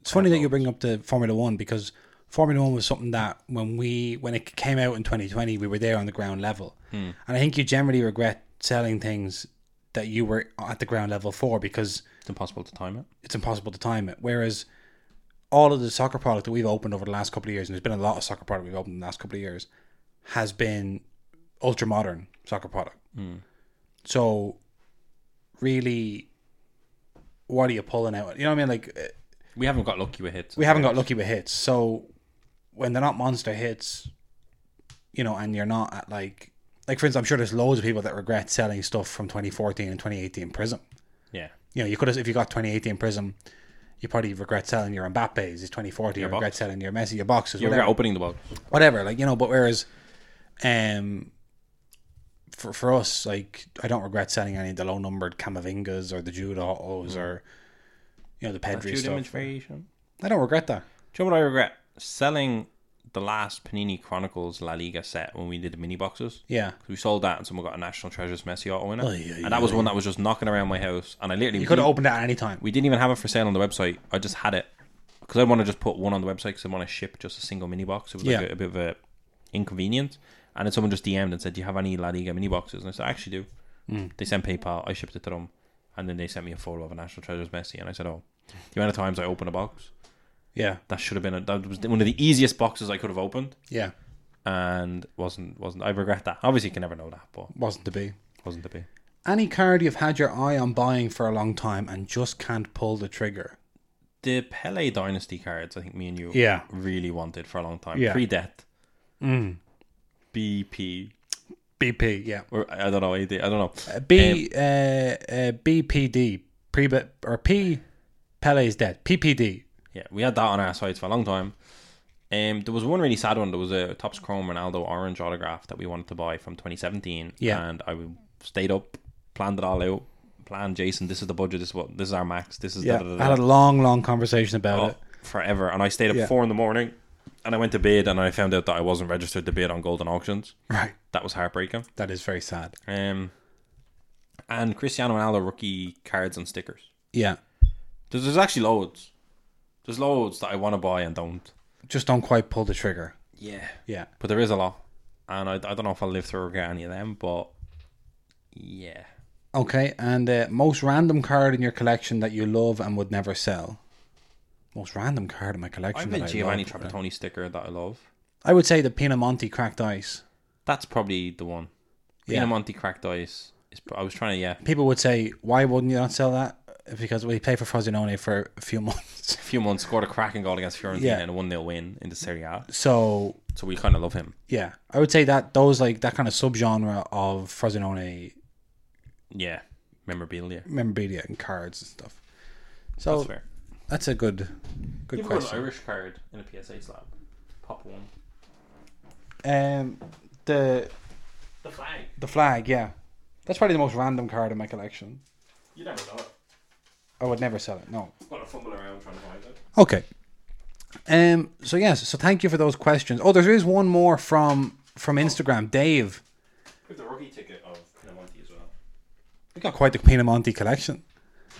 it's funny that you bring up the Formula One because Formula One was something that when we when it came out in 2020 we were there on the ground level, and I think you generally regret selling things that you were at the ground level for because It's impossible to time it. it's impossible to time it. Whereas all of the soccer product that we've opened over the last couple of years, and there's been a lot of soccer product we've opened in the last couple of years, has been ultra modern soccer product. So, really, what are you pulling out? You know what I mean? Like eh, We haven't got lucky with hits. we haven't got lucky with hits. So when they're not monster hits, you know, and you're not at like like for instance, I'm sure there's loads of people that regret selling stuff from 2014 and 2018 Prism Yeah. you know, you could have if you got 2018 Prism, you probably regret selling your Mbappe's, his 2040, you regret box. selling your Messi, your boxes, You regret whatever, opening the box. whatever, like you know. But whereas, um, for for us, like I don't regret selling any of the low numbered Camavingas or the Jude Ottos or you know the Pedri Shoot Mm. image stuff. variation. I don't regret that. Do you know what I regret? Selling the last Panini Chronicles La Liga set when we did the mini boxes. Yeah, 'Cause We sold that and someone got a National Treasures Messi auto in it. yeah, and that was one that was just knocking around my house. And I literally you could have opened it at any time. we didn't even have it for sale on the website. I just had it because I want to just put one on the website because I want to ship just a single mini box. It was Yeah. like a, a bit of a inconvenience. And then someone just DM'd and said, "Do you have any La Liga mini boxes?" And I said, "I actually do." They sent PayPal. I shipped it to them, and then they sent me a photo of a National Treasures Messi, and I said, "Oh, the amount of times I open a box." Yeah, that should have been a, that was one of the easiest boxes I could have opened, yeah, and wasn't wasn't. I regret that. Obviously, you can never know that, but wasn't to be. wasn't to be. Any card you've had your eye on buying for a long time and just can't pull the trigger. The Pele dynasty cards, I think me and you Yeah. really wanted for a long time. Yeah. Mm. Pre death, BP, BP, yeah. or I I don't know, AD, I don't know. Uh, B uh, uh, BPD pre or P Pele is dead. PPD. Yeah, we had that on our sites for a long time. Um, there was one really sad one. There was a Topps Chrome Ronaldo orange autograph that we wanted to buy from 2017. Yeah. and I stayed up, planned it all out. Planned, Jason. This is the budget. This is what. This is our max. This is Yeah, da- da- da- I da." had a long, long conversation about Oh, it. [LAUGHS] forever. And I stayed up Yeah. four in the morning and I went to bid and I found out that I wasn't registered to bid on golden auctions. Right, That was heartbreaking. that is very sad. Um, and Cristiano Ronaldo rookie cards and stickers. Yeah, There's, there's actually loads. There's loads that I want to buy and don't. just don't quite pull the trigger. Yeah. Yeah, But there is a lot. And I, I don't know if I'll live through or get any of them, but Yeah. Okay, and uh, most random card in your collection that you love and would never sell. Most random card in my I collection. have a that Giovanni I, love. Trapattoni sticker that I love. I would say the Pinamonti cracked ice. That's probably the one. Yeah. Pinamonti cracked ice. Is, pro- I was trying to yeah. People would say, "Why wouldn't you not sell that?" Because we played for Frosinone for a few [LAUGHS] months, A few months scored a cracking goal against Fiorentina Yeah. in a one 0 win in the Serie A. so So we kind of love him. yeah, I would say that those like that kind of subgenre of Frosinone Yeah. Memorabilia. memorabilia and cards and stuff. So That's that's, fair. a good, good Give her an question. Irish card in a PSA slab. Pop one. Um, the The flag. the flag, yeah, that's probably the most random card in my collection. You never know it. I would never sell it. No. Gotta fumble around trying to find it. Okay. Um. So yes. So thank you for those questions. Oh, there is one more from from Instagram, Dave. With the rookie ticket of Pinamonti as well. We got quite the Pinamonti collection.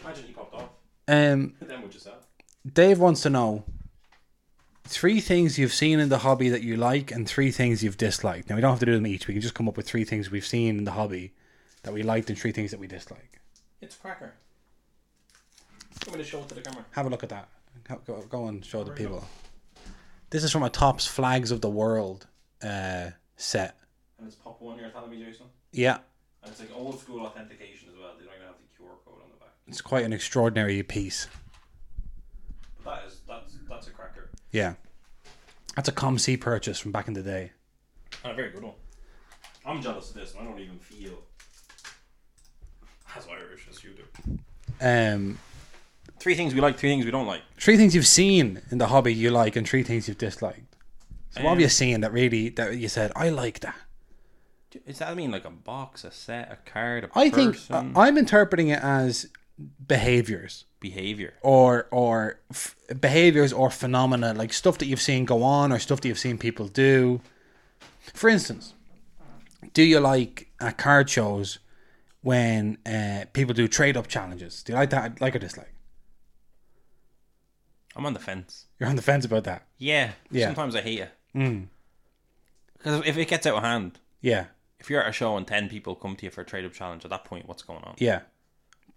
Imagine he popped off. Um. Then would you sell? Dave wants to know three things you've seen in the hobby that you like and three things you've disliked. Now we don't have to do them each. We can just come up with three things we've seen in the hobby that we liked and three things that we dislike. It's a cracker. I'm gonna show it to the camera. Have a look at that. Go- Go, go and show the people. This is from a Tops Flags of the World uh, set. And it's pop one, you're telling me, Jason? Yeah, And it's like old school authentication as well. They don't even have the QR code on the back. it's quite an extraordinary piece. But that is that's that's a cracker. Yeah. That's a ComC purchase from back in the day. And a very good one. I'm jealous of this and I don't even feel as Irish as you do. Um, Three things we like, three things we don't like. three things you've seen in the hobby you like and three things you've disliked. So what have Um, you seen that really that you said I like that? Does that mean like a box, a set, a card, a I think person, uh, I'm interpreting it as behaviors behavior? or or f- behaviors or phenomena like stuff that you've seen go on or stuff that you've seen people do. For instance, do you like at card shows when uh, people do trade up challenges? Do you like that? Like or dislike? I'm on the fence. You're on the fence about that. Yeah. Yeah. Mm. Sometimes I hate it. Because if it gets out of hand, Yeah, if you're at a show and 10 people come to you for a trade up challenge, at that point, what's going on? yeah.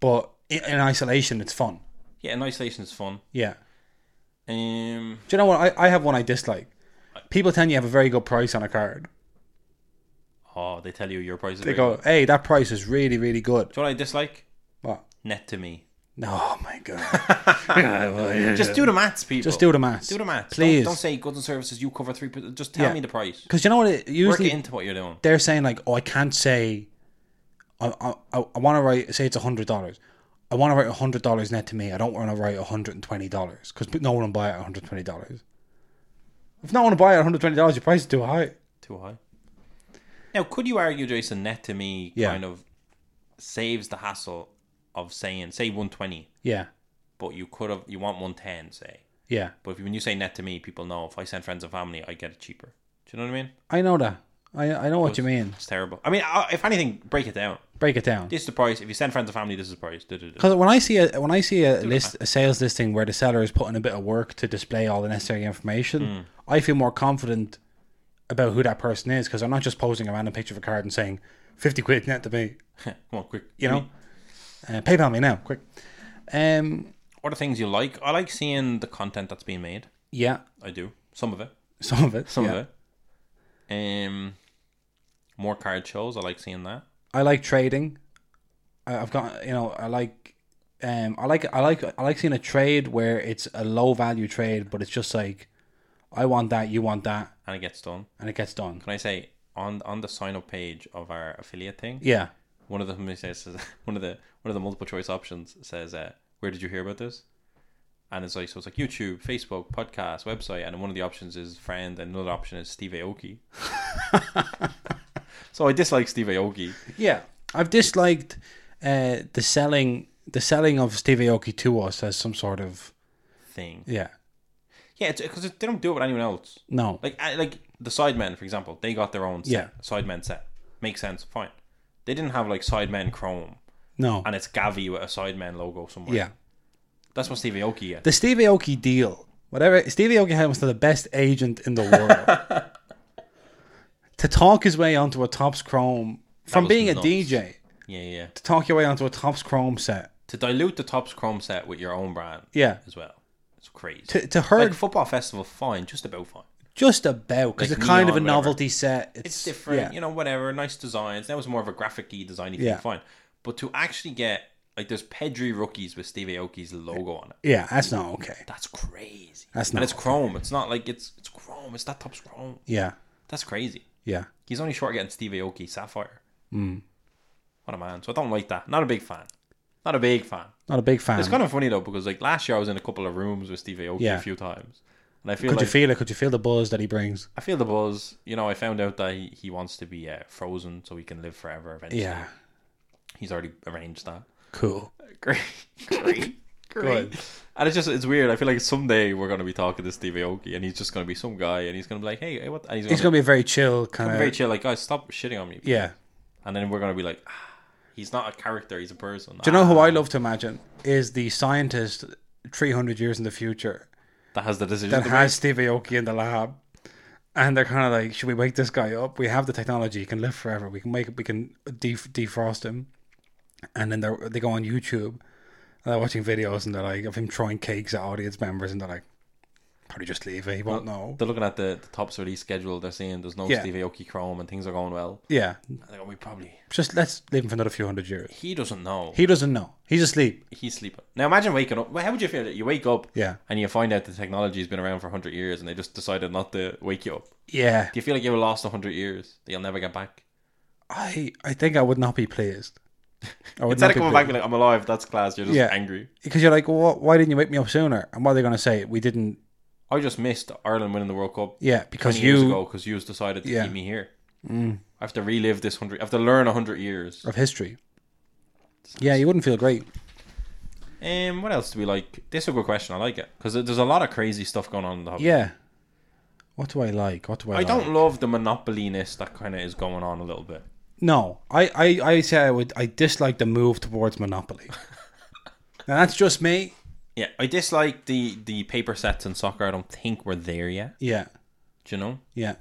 But in, in isolation, it's fun. Yeah, in isolation is fun. Yeah. Um, Do you know what? I, I have one I dislike. People tell you you have a very good price on a card. oh, they tell you your price is They very good. go, hey, that price is really, really good. Do you know what I dislike? What? Net to me. No, oh my God. [LAUGHS] Just do the maths, people. [LAUGHS] Just do the maths. Do the maths. Please. Don't, don't say goods and services, you cover 3%. Just tell Yeah. me the price. Because you know what? It, Work usually it into what you're doing. they're saying, like, oh, I can't say, I, I, I want to write, say it's $100. I want to write $100 net to me. I don't want to write $120 because no one will buy it at $120. If no one will buy it at $120, your price is too high. Too high. Now, could you argue, Jason, net to me Yeah. kind of saves the hassle of saying, say 120, Yeah. but you could have, you want 110, say. Yeah. But if, when you say net to me, people know if I send friends and family, I get it cheaper. Do you know what I mean? I know that. I, I know what you mean. It's terrible. I mean, I, if anything, break it down. Break it down. This is the price. If you send friends and family, this is the price. Duh, duh, duh. Because when I see a when I see a list a sales listing where the seller is putting a bit of work to display all the necessary information, Hmm. I feel more confident about who that person is because I'm not just posting a random picture of a card and saying fifty quid net to me. [LAUGHS] Come on, quick. You know, uh, PayPal me now, quick. Um, What are things you like? I like seeing the content that's being made. yeah, [LAUGHS] I do. Some of it. some of it. Some yeah. of it. Um, more card shows. I like seeing that. I like trading. I- I've got you know I like. Um, I like I like I like seeing a trade where it's a low value trade, but it's just like, I want that, you want that, And it gets done. and it gets done. Can I say on on the sign up page of our affiliate thing? Yeah, One of [LAUGHS] them says says- one of the one of the multiple choice options says, uh, "Where did you hear about this?" And it's like so it's like YouTube, Facebook, podcast, website, and one of the options is friend, and another option is [LAUGHS] Steve Aoki. so I dislike Steve Aoki. Yeah, I've disliked uh, the selling the selling of Steve Aoki to us as some sort of Thing, yeah yeah, because they don't do it with anyone else. no Like I, like the Sidemen, for example, they got their own set, Yeah. Sidemen set. Makes sense, fine. They didn't have like Sidemen Chrome, no and it's Gavi with a Sidemen logo somewhere. yeah that's what Steve Aoki is. the Steve Aoki deal whatever Steve Aoki had was the best agent in the world [LAUGHS] to talk his way onto a tops Chrome from was being nuts. a DJ Yeah, yeah. to talk your way onto a Topps Chrome set. To dilute the Topps Chrome set with your own brand Yeah. as well. It's crazy. To, to herd like football festival, fine, just about fine. just about because Like it's kind of a neon, whatever. novelty set. It's, It's different, Yeah. you know, whatever. Nice designs. That was more of a graphic-y designy thing, Yeah. fine. But to actually get like there's Pedri rookies with Steve Aoki's logo on it. yeah, that's not okay. That's crazy. That's and not it's chrome. It's not like it's it's chrome. It's that Topps chrome. Yeah, That's crazy. yeah. He's only short of getting Steve Aoki Sapphire. Hmm. What a man. So I don't like that. Not a big fan. Not a big fan. Not a big fan. It's kind of funny though because like last year I was in a couple of rooms with Steve Aoki Yeah. a few times, and I feel Could like you feel it? Could you feel the buzz that he brings? I feel the buzz. You know, I found out that he, he wants to be uh, frozen so he can live forever. Eventually, Yeah, he's already arranged that. cool. Great, [LAUGHS] great, great. Good. And it's just it's weird. I feel like someday we're gonna be talking to Steve Aoki, and he's just gonna be some guy, and he's gonna be like, "Hey, hey, what?" And he's gonna, He's gonna be a very chill kind be of. very chill, like, "Guys, stop shitting on me." yeah. And then we're gonna be like, ah, "He's not a character. He's a person." Ah, Do you know who I love to imagine is the scientist 300 years in the future that has the decision? that to has Steve Aoki in the lab, and they're kind of like, should we wake this guy up? We have the technology; he can live forever. We can make, we can def- defrost him, and then they are they go on YouTube, and they're watching videos, and they're like of him throwing cakes at audience members, and they're like, probably just leave it. He won't know. They're looking at the, the tops release schedule. They're seeing there's no Yeah. Steve Aoki Chrome, and things are going well. yeah, And they go, "We probably just let's leave him for another few hundred years. he doesn't know. He doesn't know. He's asleep. he's sleeping. Now imagine waking up. Well, How would you feel that you wake up Yeah, and you find out the technology has been around for 100 years and they just decided not to wake you up? yeah. Do you feel like you were lost 100 years that you'll never get back? I I think I would not be pleased. I would not Instead be of coming pleased. back and be like, I'm alive, that's class, you're just Yeah. angry. because you're like, well, why didn't you wake me up sooner? And what are they going to say? We didn't. I just missed Ireland winning the World Cup Yeah, 20 because years ago you because you decided to Yeah. Mm. keep me here. I have to relive this 100, I have to learn 100 years. of history. Yeah, you wouldn't feel great. Um, what else do we like? This is a good question, I like it. Because there's a lot of crazy stuff going on in the hobby. Yeah. What do I like? What do I? I like? don't love the monopoliness that kind of is going on a little bit. No, I, I I say I would. I dislike the move towards [LAUGHS] monopoly. now that's just me. Yeah, I dislike the the paper sets in soccer. I don't think we're there yet. Yeah, Do you know? yeah,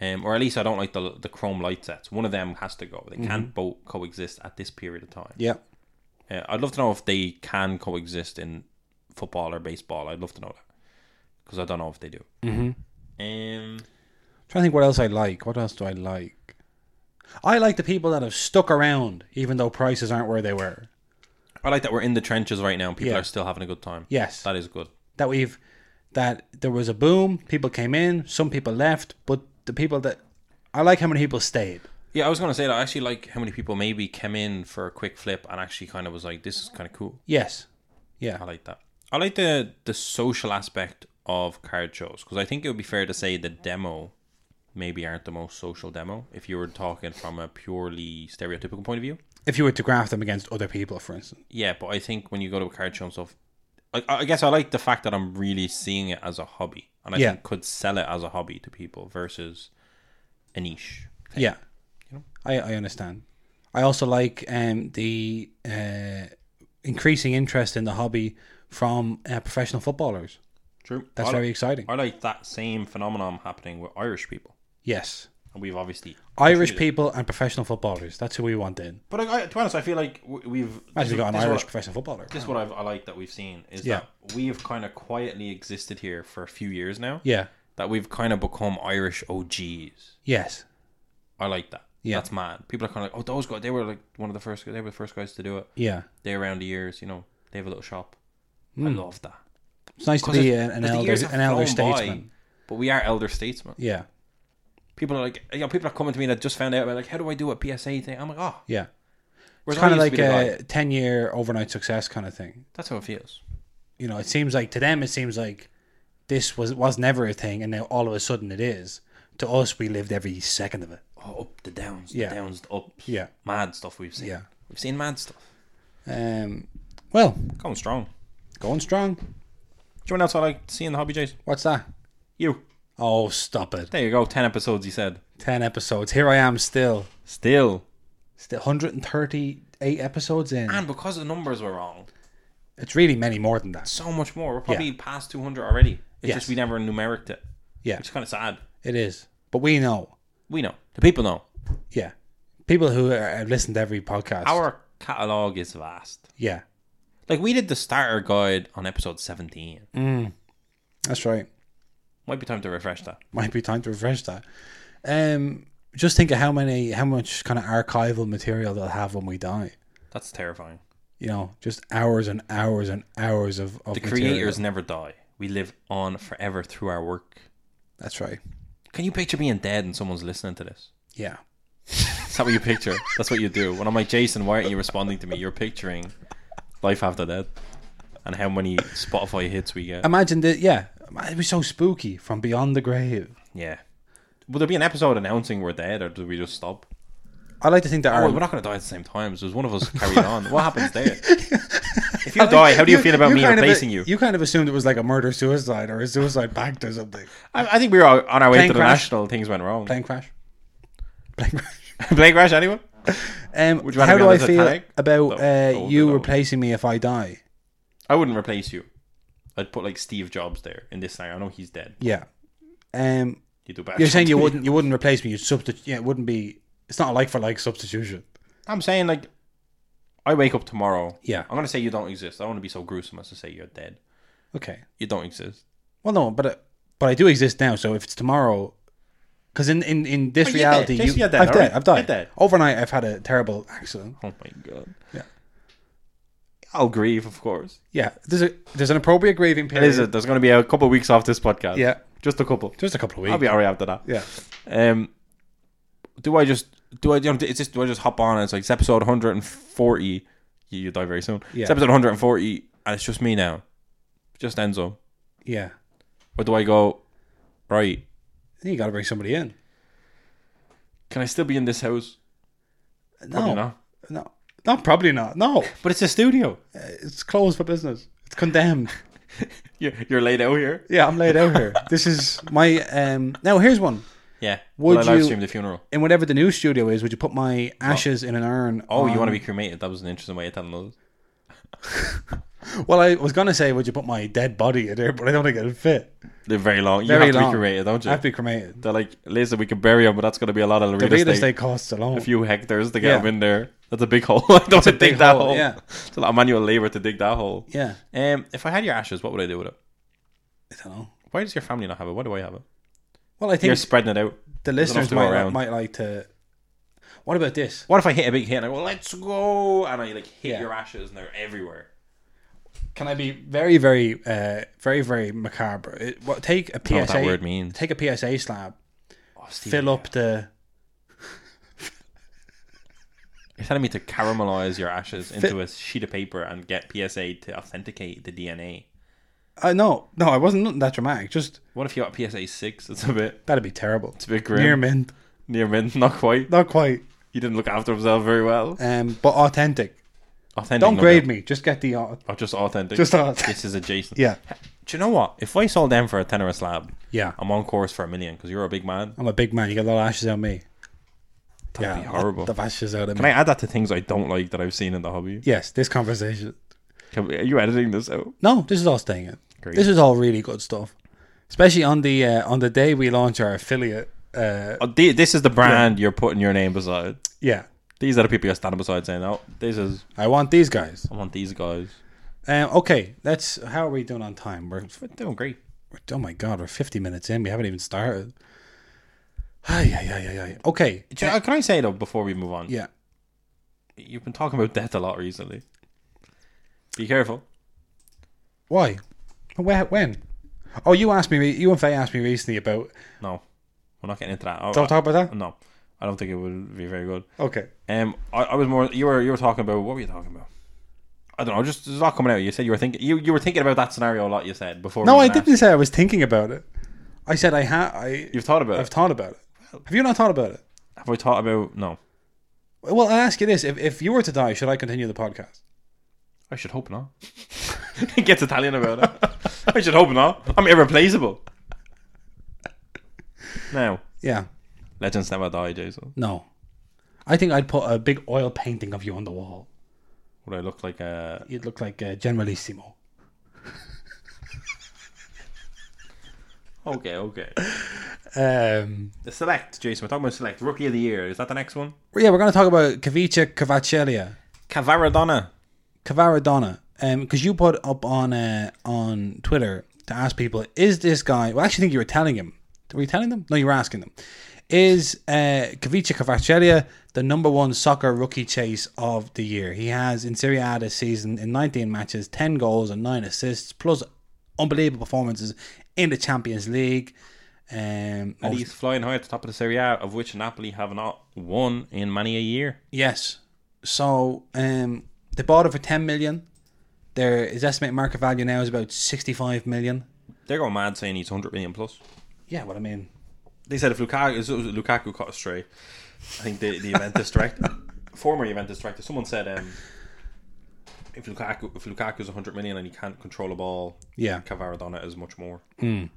Um, or at least I don't like the the chrome light sets. One of them has to go. They can't both coexist at this period of time. Mhm. yeah. Uh, I'd love to know if they can coexist in football or baseball. I'd love to know that because I don't know if they do. Mm-hmm. Um, trying to think what else I like. What else do I like? I like the people that have stuck around, even though prices aren't where they were. I like that we're in the trenches right now. and People Yeah. are still having a good time. Yes, that is good. that we've that there was a boom. People came in, some people left, but the people that I like how many people stayed. Yeah, I was gonna say that. I actually like how many people maybe came in for a quick flip and actually kind of was like, "This is kind of cool." Yes, I yeah, like that. I like the the social aspect of card shows because I think it would be fair to say the demo maybe aren't the most social demo if you were talking from a purely stereotypical point of view. if you were to graph them against other people, for instance. Yeah, but I think when you go to a card show and stuff, like I I guess I like the fact that I'm really seeing it as a hobby, and I Yeah. think could sell it as a hobby to people versus a niche. Yeah, I I understand. I also like um the uh, increasing interest in the hobby from uh, professional footballers. True. That's I, very li- exciting. I like that same phenomenon happening with Irish people, Yes, and we've obviously. Irish people and professional footballers. That's who we want in. But I, I, to be honest, I feel like w- we've Imagine we got an this is what- Irish professional footballer. this is what I've, I like that we've seen is Yeah. that we've kind of quietly existed here for a few years now. Yeah. That we've kind of become Irish OGs. Yes. I like that. Yeah. That's mad. People are kind of like, oh, those guys, they were like one of the first, they were the first guys to do it. Yeah. They're around the years, you know, they have a little shop. I love that. It's nice Hmm. to 'Cause be it- an, an 'cause the elder, years have an elder flown by, statesman. but we are elder statesmen. Yeah. People are like, you know, people are coming to me that just found out, like, how do I do a PSA thing? I'm like, oh, Yeah. It's whereas I kind of used to like uh, be the guy. a 10 year overnight success kind of thing. That's how it feels. You know, it seems like to them, it seems like this was, was never a thing and now all of a sudden it is. To us, we lived every second of it. Oh, up the downs, Yeah. the downs, the ups. Yeah. Mad stuff we've seen. Yeah. We've seen mad stuff. Um, well, Going strong. going strong. Do you know what else I like seeing the hobby, Jason? What's that? You. Oh, stop it. There you go. Ten episodes. He said. 10 episodes. Here I am still. Still. Still 138 episodes in. And because the numbers were wrong, It's really many more than that. so much more. We're probably past two hundred already. It's Yes. just we never numericked it. Yeah. Which is kind of sad. It is. But we know. We know. The people know. Yeah. people who are, have listened to every podcast. Our catalogue is vast. yeah, Like we did the starter guide on episode 17. that's right. Might be time to refresh that. Might be time to refresh that. Um, just think of how many, how much kind of archival material they'll have when we die. That's terrifying. You know, just hours and hours and hours of, of The material. creators never die. We live on forever through our work. That's right. Can you picture being dead and someone's listening to this? Yeah. Is that what you picture? That's what you do. When I'm like, Jason, why aren't you responding to me? You're picturing life after death and how many Spotify hits we get. Imagine that. Yeah, it'd be so spooky from beyond the grave. yeah. Will there be an episode announcing we're dead or do we just stop? I like to think that Oh, our we're not going to die at the same time. So there's one of us carried on. What happens [LAUGHS] there? If you die, how do you, feel about me kind of- replacing you? You kind of assumed it was like a murder suicide or a suicide pact or something. I, I think we were on our way Plane to the crash. national. Things went wrong. [LAUGHS] Plane crash. Plane crash. Plane crash, anyone? Um, you rather how be do on I the feel Titanic? about No, uh, no, no, you no. replacing me if I die? I wouldn't replace you. I'd put like Steve Jobs there in this scenario. I know he's dead. Yeah. Um, You do better. you're saying you wouldn't you wouldn't replace me. You'd substitute. Yeah, it wouldn't be. It's not a like for like substitution. I'm saying like, I wake up tomorrow. Yeah. I'm gonna say you don't exist. I don't want to be so gruesome as to say you're dead. Okay. You don't exist. Well, no, but uh, but I do exist now. So if it's tomorrow, because in, in in this Oh, you're dead. reality, Jason, you're dead, I've died. alright. I've died. You're dead. Overnight, I've had a terrible accident. Oh my god. Yeah. I'll grieve, of course. Yeah, there's a there's an appropriate grieving It period. is. There's gonna be a couple of weeks off this podcast. Yeah. Just a couple. Just a couple of I'll weeks. be alright after that. yeah. Um, do I just do I you know, it's just do I just hop on and it's like it's episode 140? You, you die very soon. Yeah. It's episode 140 and it's just me now, just Enzo. Yeah. Or do I go right? Then you got to bring somebody in. Can I still be in this house? No, not. no, not probably not. No, Uh, But it's a studio. it's closed for business. It's condemned. You're, you're laid out here. Yeah, I'm laid out here. This is my um. Now here's one. Yeah. Would Well, I live you- stream the funeral. In whatever the new studio is, would you put my ashes in an urn? Oh, you on- want to be cremated? That was an interesting way of telling those. Well, I was gonna say, would you put my dead body in there? But I don't think it'll fit. They're very long. You Very have to long. be cremated, don't I you? have to be cremated. They're like, listen, we can bury him, but that's going to be a lot of real, The real estate. estate costs alone. a few hectares to get Yeah. them in there. That's a big hole. [LAUGHS] I don't want to big dig that hole, hole. yeah. It's a lot of manual labor to dig that hole. yeah, Um, if I had your ashes, what would I do with it? I don't know. Why does your family not have it? Why do I have it? Well, I You're think spreading it out. the enough listeners to go might, around. might like to. What about this? What if I hit a big hit and I go, let's go? And I like hit Yeah. your ashes and they're everywhere. Can I be very, very, uh, very, very macabre? It, what, take a PSA. know what that word means. Take a PSA slab. Oh, Steve, Fill up the. You're telling me to caramelize your ashes into a sheet of paper and get PSA to authenticate the DNA. Uh, no, no, I wasn't nothing that dramatic. Just What if you got PSA 6? It's a bit, that'd be terrible. it's a bit grim. Near Near, mint, mint, [LAUGHS] not quite. not quite, You didn't look after himself very well. um, but authentic. Authentic. Don't no grade doubt. me. Just get the uh, au- Or just authentic. just authentic. This is a Jason. Yeah, Do you know what? If I sold them for a tenner a slab, yeah. I'm on course for a million because you're a big man. I'm a big man. You got a lot of ashes on me. That'd yeah, be horrible. The ashes out of Can me. I add that to things I don't like that I've seen in the hobby? Yes, this conversation. Can we- are you editing this out? No, this is all staying in. Great. This is all really good stuff, especially on the uh, on the day we launch our affiliate. Uh, Oh, thi- this is the brand you're putting your name beside. yeah, These are the people you're standing beside saying, oh, this is, I want these guys. I want these guys. Um, okay, let's. How are we doing on time? We're, We're doing great. we're oh my god, we're fifty minutes in. We haven't even started. Ay, ay, ay, ay, ay. Okay, Do you- Can I say though, before we move on, yeah. you've been talking about death a lot recently. Be careful. Why? Where? When? Oh, you asked me. re- You and Faye asked me recently about. No, we're not getting into that. Oh, Don't talk about that. no, I don't think it would be very good. Okay. Um, I, I was more. You were you were talking about what were you talking about? I don't know. Just there's a lot coming out. You said you were thinking you, you were thinking about that scenario a lot. You said before. No, we I even didn't asked. say I was thinking about it. I said I ha I You've thought about I've it. thought about it. Have you not thought about it? Have I thought about? No, Well, I'll ask you this: if, if you were to die, should I continue the podcast? I should hope not. it [LAUGHS] gets Italian about it. I should hope not. I'm irreplaceable. Now, Yeah. legends never die, Jason. No. I think I'd put a big oil painting of you on the wall. Would I look like a? You'd look like uh, Generalissimo. Okay, okay. Um, The select, Jason. We're talking about select. Rookie of the year. Is that the next one? well, yeah, we're going to talk about Kavica Kavachelia, Cavaradonna. Cavaradonna, because um, you put up on uh, on Twitter to ask people, is this guy? Well, I actually think you were telling him. Were you telling them? No, you were asking them. Is uh, Kavica Kavachelia the number one soccer rookie chase of the year? He has in Serie A this season in 19 matches, 10 goals and 9 assists, plus unbelievable performances in the Champions League. Um, And most- he's flying high at the top of the Serie A, of which Napoli have not won in many a year. oh, Yes. So um, they bought it for ten million. Their his estimated market value now is about sixty-five million. They're going mad saying he's 100 million plus. Yeah, what I mean. They said if Lukaku, is- is Lukaku caught a stray, I think the, the Juventus [LAUGHS] director, former Juventus director, someone said um, if Lukaku if Lukaku's 100 million and he can't control a ball, Yeah. Cavaradonna is much more. There you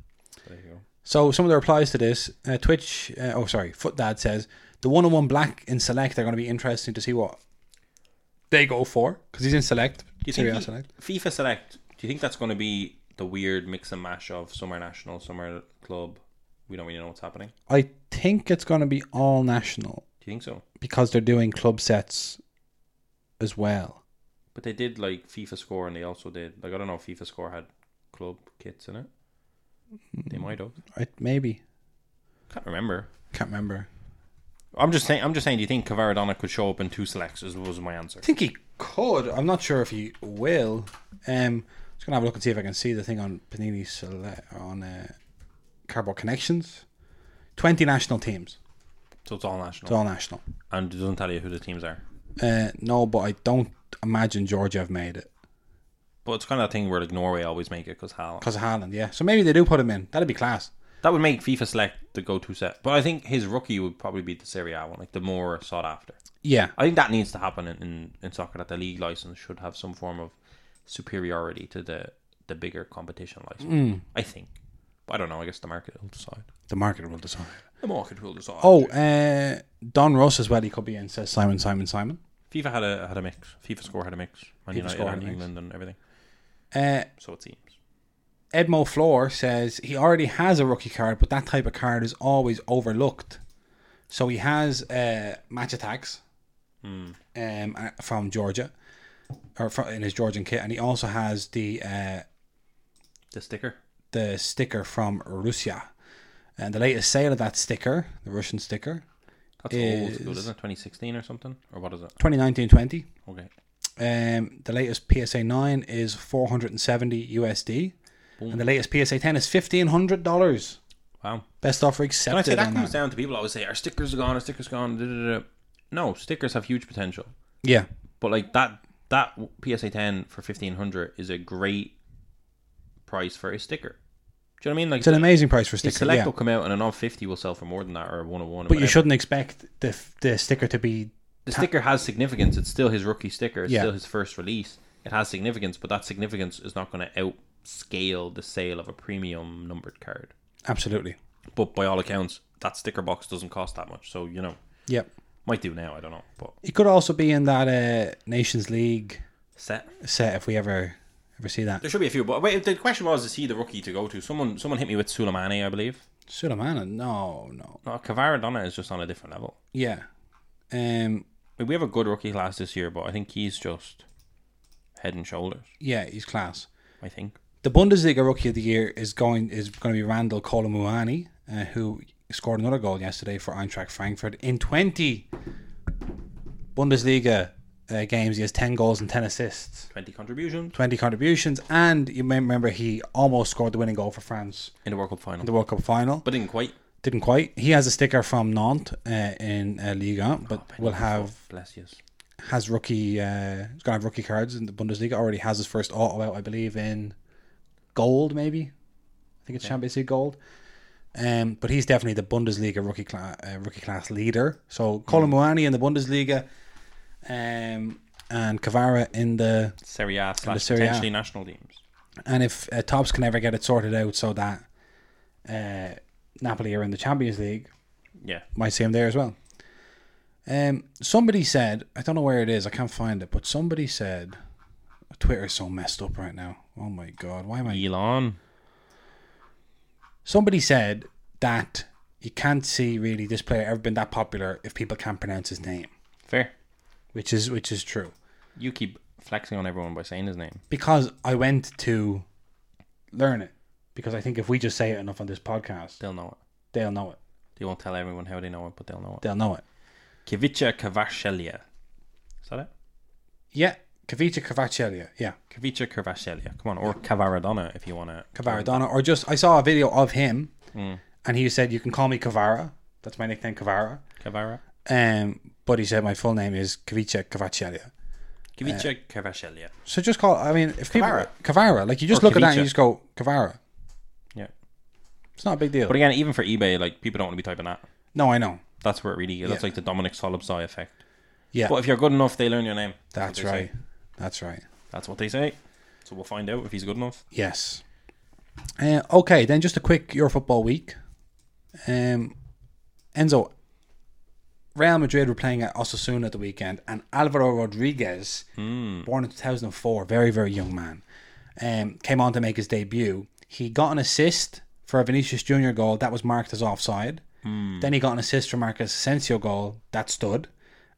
go. So some of the replies to this, uh, Twitch, uh, oh sorry, Foot Dad says the one-on-one black in select are going to be interesting to see what they go for because he's in select. Do you Serie think A he- select. FIFA Select, do you think that's going to be the weird mix and mash of summer national, summer club? We don't really know what's happening. I think it's going to be all national Do you think so? because they're doing club sets as well. But they did like FIFA Score, and they also did like I don't know if FIFA Score had club kits in it. They might have. Right? Maybe Can't remember. can't remember. I'm just saying. I'm just saying. Do you think Cavaradonna could show up in two selects? Is was my answer. I think he could. I'm not sure if he will. Um, I'm just gonna have a look and see if I can see the thing on Panini Select on uh, Cardboard Connections. Twenty national teams. So it's all national, It's all national. and it doesn't tell you who the teams are. Uh, no, but I don't imagine Georgia have made it But it's kind of a thing where like Norway always make it because Haaland. because of Haaland. Yeah, so maybe they do put him in. That'd be class. That would make FIFA Select the go-to set. But I think his rookie would probably be the Serie A one, like the more sought after. Yeah, I think that needs to happen in, in, in soccer. That the league license should have some form of superiority to the the bigger competition license. Mm. I think. But I don't know. I guess the market will decide. the market will decide. The market will decide. Oh, uh, Don Ross as well. He could be in. Says Simon, Simon, Simon. FIFA had a had a mix. FIFA score had a mix. Man FIFA United Score and had a mix. England and everything. Uh, So it seems. Edmo Floor says he already has a rookie card, but that type of card is always overlooked. So he has uh, match attacks um, uh, from Georgia, or from, in his Georgian kit, and he also has the uh, The sticker. the sticker from Russia. And the latest sale of that sticker, the Russian sticker, That's old Is- school, isn't it? Twenty sixteen or something? Or what is it? 2019 20. Okay. Um, the latest PSA 9 is 470 USD. And the latest PSA 10 is $1,500. Wow. Best offer And I accepted. say that on comes down to people always say, Our stickers are gone, our stickers are gone, da, da, da, da." No, stickers have huge potential. Yeah. But like that that PSA ten for fifteen hundred is a great price for a sticker. Do you know what I mean? Like It's an amazing price for the sticker. select Yeah. will come out and an odd fifty will sell for more than that or one oh one. But you shouldn't expect the the sticker to be the sticker has significance. It's still his rookie sticker. It's Yeah. still his first release. It has significance, but that significance is not going to outscale the sale of a premium numbered card. absolutely. But by all accounts, that sticker box doesn't cost that much. So you know, Yep. might do now. I don't know, but It could also be in that uh, Nations League set. set if we ever ever see that. There should be a few. But wait, the question was, is he the rookie to go to? Someone, someone hit me with Suleimani, I believe. Suleimana, no, no. No, Cavaradonna is just on a different level. Yeah. Um. I mean, we have a good rookie class this year, but I think he's just head and shoulders. Yeah, he's class. I think. The Bundesliga Rookie of the Year is going is going to be Randall Colomuani, uh, who scored another goal yesterday for Eintracht Frankfurt in twenty Bundesliga uh, games. He has ten goals and ten assists. 20 contributions 20 contributions, and you may remember he almost scored the winning goal for France in the World Cup final. in the World Cup final. But didn't quite. Didn't quite. He has a sticker from Nantes uh, in uh, Ligue 1, but will have Bless you. has rookie. Uh, he's gonna have rookie cards in the Bundesliga. Already has his first auto out, I believe, in gold. Maybe I think it's Champions League gold. Um, but he's definitely the Bundesliga rookie class uh, rookie class leader. So Colin Muani in the Bundesliga, um, and Cavara in the Serie A slash Serie A. potentially national teams. and if uh, Tops can ever get it sorted out so that uh, Napoli are in the Champions League, Yeah. might see him there as well. Um, somebody said, I don't know where it is, I can't find it, but somebody said, Twitter is so messed up right now. Oh my god, why am I? Elon. Somebody said that you can't see really this player ever been that popular if people can't pronounce his name, Fair. which is which is true. You keep flexing on everyone by saying his name. Because I went to learn it. Because I think if we just say it enough on this podcast, They'll know it. they'll know it. They won't tell everyone how they know it, but they'll know it. They'll know it. Kivicha Kavashelia. Is that it? Yeah, Kavica Cavaccelia. Yeah, Kavicha Kavashelia. Come on, or Kavaradona if you want to. Cavaradonna. Or just I saw a video of him, Mm. and he said, "You can call me Cavara. That's my nickname, Cavara." Kavara. Um, but he said my full name is Kavica Cavaccelia. Uh, Kivicha Kavashelia. So just call. I mean, if people Cavara. Cavara, like you just Or look at that and Kavica. you just go Cavara. Yeah. It's not a big deal. But again, even for eBay, like people don't want to be typing that. no, I know. That's where it really. That's like the Dominic Solobsoy effect. Yeah, But if you're good enough, they learn your name. that's what they right. say. That's right. That's what they say. So we'll find out if he's good enough. Yes. Uh, okay, then just a quick Euro football week. Um, Enzo, Real Madrid were playing at Osasuna at the weekend, and Alvaro Rodriguez, born in 2004, very, very young man, um, came on to make his debut. He got an assist for a Vinicius Junior goal that was marked as offside. Then he got an assist for Marcus Asensio goal that stood.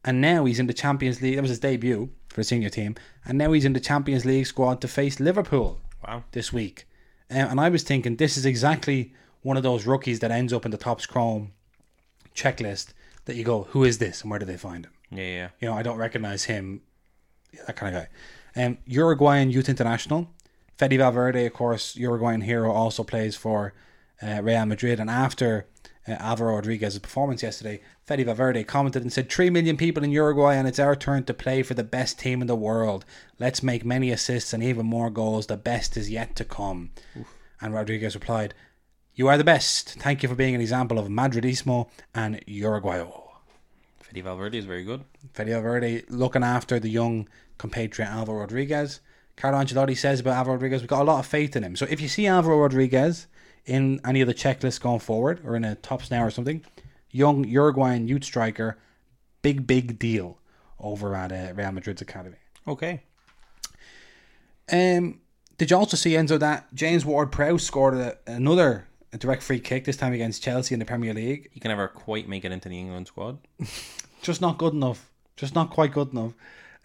And now he's in the Champions League. That was his debut for the senior team. And now he's in the Champions League squad to face Liverpool Wow. this week. Um, and I was thinking, this is exactly one of those rookies that ends up in the Topps Chrome checklist that you go, who is this and where do they find him? Yeah, yeah. You know, I don't recognize him, that kind of guy. Um, Uruguayan Youth International. Fede Valverde, of course, Uruguayan hero, also plays for uh, Real Madrid. And after uh, Alvaro Rodriguez's performance yesterday, Fede Valverde commented and said, 3 million people in Uruguay, and it's our turn to play for the best team in the world. Let's make many assists and even more goals. The best is yet to come. And Rodriguez replied, You are the best. Thank you for being an example of Madridismo and Uruguayo. Fede Valverde is very good. Fede Valverde looking after the young compatriot Alvaro Rodriguez. Carlo Ancelotti says about Alvaro Rodriguez, we've got a lot of faith in him. So if you see Alvaro Rodriguez in any of the checklists going forward or in a top snare or something, young Uruguayan youth striker, big, big deal over at uh, Real Madrid's academy. Okay. Um, did you also see Enzo that James Ward Prowse scored a, another direct free kick, this time against Chelsea in the Premier League? He can never quite make it into the England squad. just not good enough. Just not quite good enough.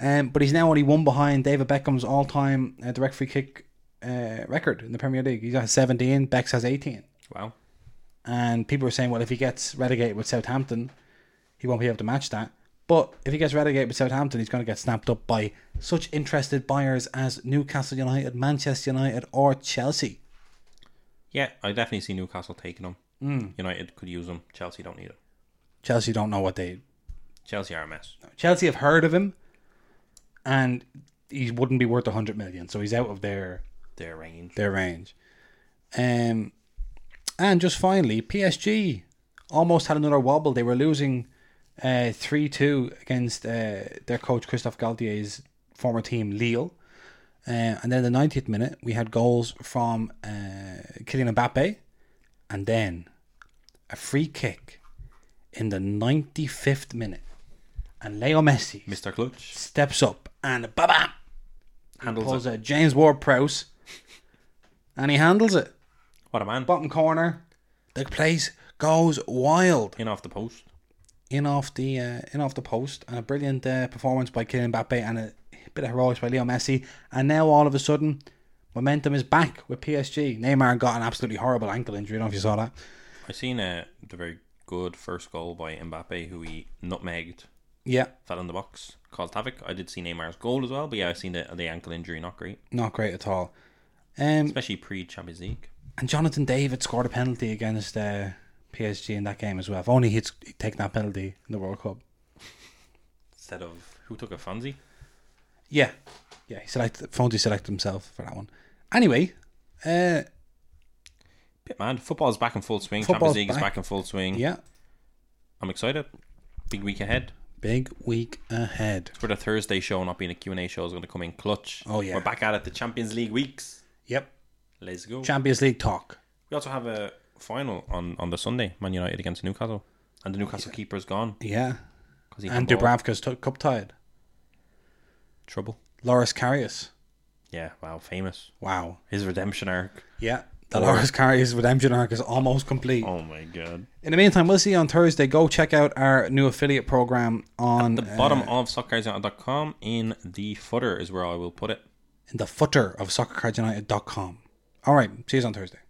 Um, but he's now only one behind David Beckham's all-time uh, direct free kick uh, record in the Premier League. He's got 17. Beck's has 18. Wow. And people are saying, well, if he gets relegated with Southampton, he won't be able to match that. But if he gets relegated with Southampton, he's going to get snapped up by such interested buyers as Newcastle United, Manchester United, or Chelsea. Yeah, I definitely see Newcastle taking him. Mm. United could use him. Chelsea don't need him. Chelsea don't know what they Chelsea are a mess. Chelsea have heard of him, and he wouldn't be worth 100 million, so he's out of their Their range. their range. Um, and just finally, PSG almost had another wobble. They were losing uh, three two against uh, their coach Christophe Galtier's former team Lille. Uh, and then the 90th minute, we had goals from uh, Kylian Mbappe, and then a free kick in the 95th minute, and Leo Messi Mr. Clutch steps up and ba bam handles pulls it. out James Ward Prowse and he handles it. What a man. Bottom corner. The place goes wild. In off the post. In off the uh, in off the post and a brilliant uh, performance by Kylian Mbappe and a bit of heroics by Leo Messi. And now all of a sudden momentum is back with PSG. Neymar got an absolutely horrible ankle injury. I don't know if you saw that. I seen uh, the very good first goal by Mbappe, who he nutmegged, Yeah, fell in the box, caused havoc. I did see Neymar's goal as well, but yeah, I seen the the ankle injury, not great, not great at all. Um, especially pre Champions League. and Jonathan David scored a penalty against uh, PSG in that game as well. If only he'd he'd taken that penalty in the World Cup. Instead of who took a fancy? Yeah. Yeah, he selected Fonzie selected himself for that one. Anyway, uh Bit mad. Football's back in full swing. Football's Champions League is back. back in full swing. yeah. I'm excited. Big week ahead. Big week ahead. For the Thursday show, not being a Q&A show, is going to come in clutch. Oh, yeah. We're back at it. The Champions League weeks. Yep. Let's go. Champions League talk. we also have a final on, on the Sunday. Man United against Newcastle. And the Newcastle keeper's gone. Yeah. 'cause he And handballed. Dubravka's t- cup tied. Trouble. Loris Karius. Yeah, wow, famous. Wow. His redemption arc. Yeah. Dolores Carey's redemption arc is almost complete. Oh my god. In the meantime, we'll see you on Thursday. Go check out our new affiliate program on The bottom of soccercards.com in the footer is where I will put it. uh, in the footer of soccercardsunited.com. All right, see you on Thursday.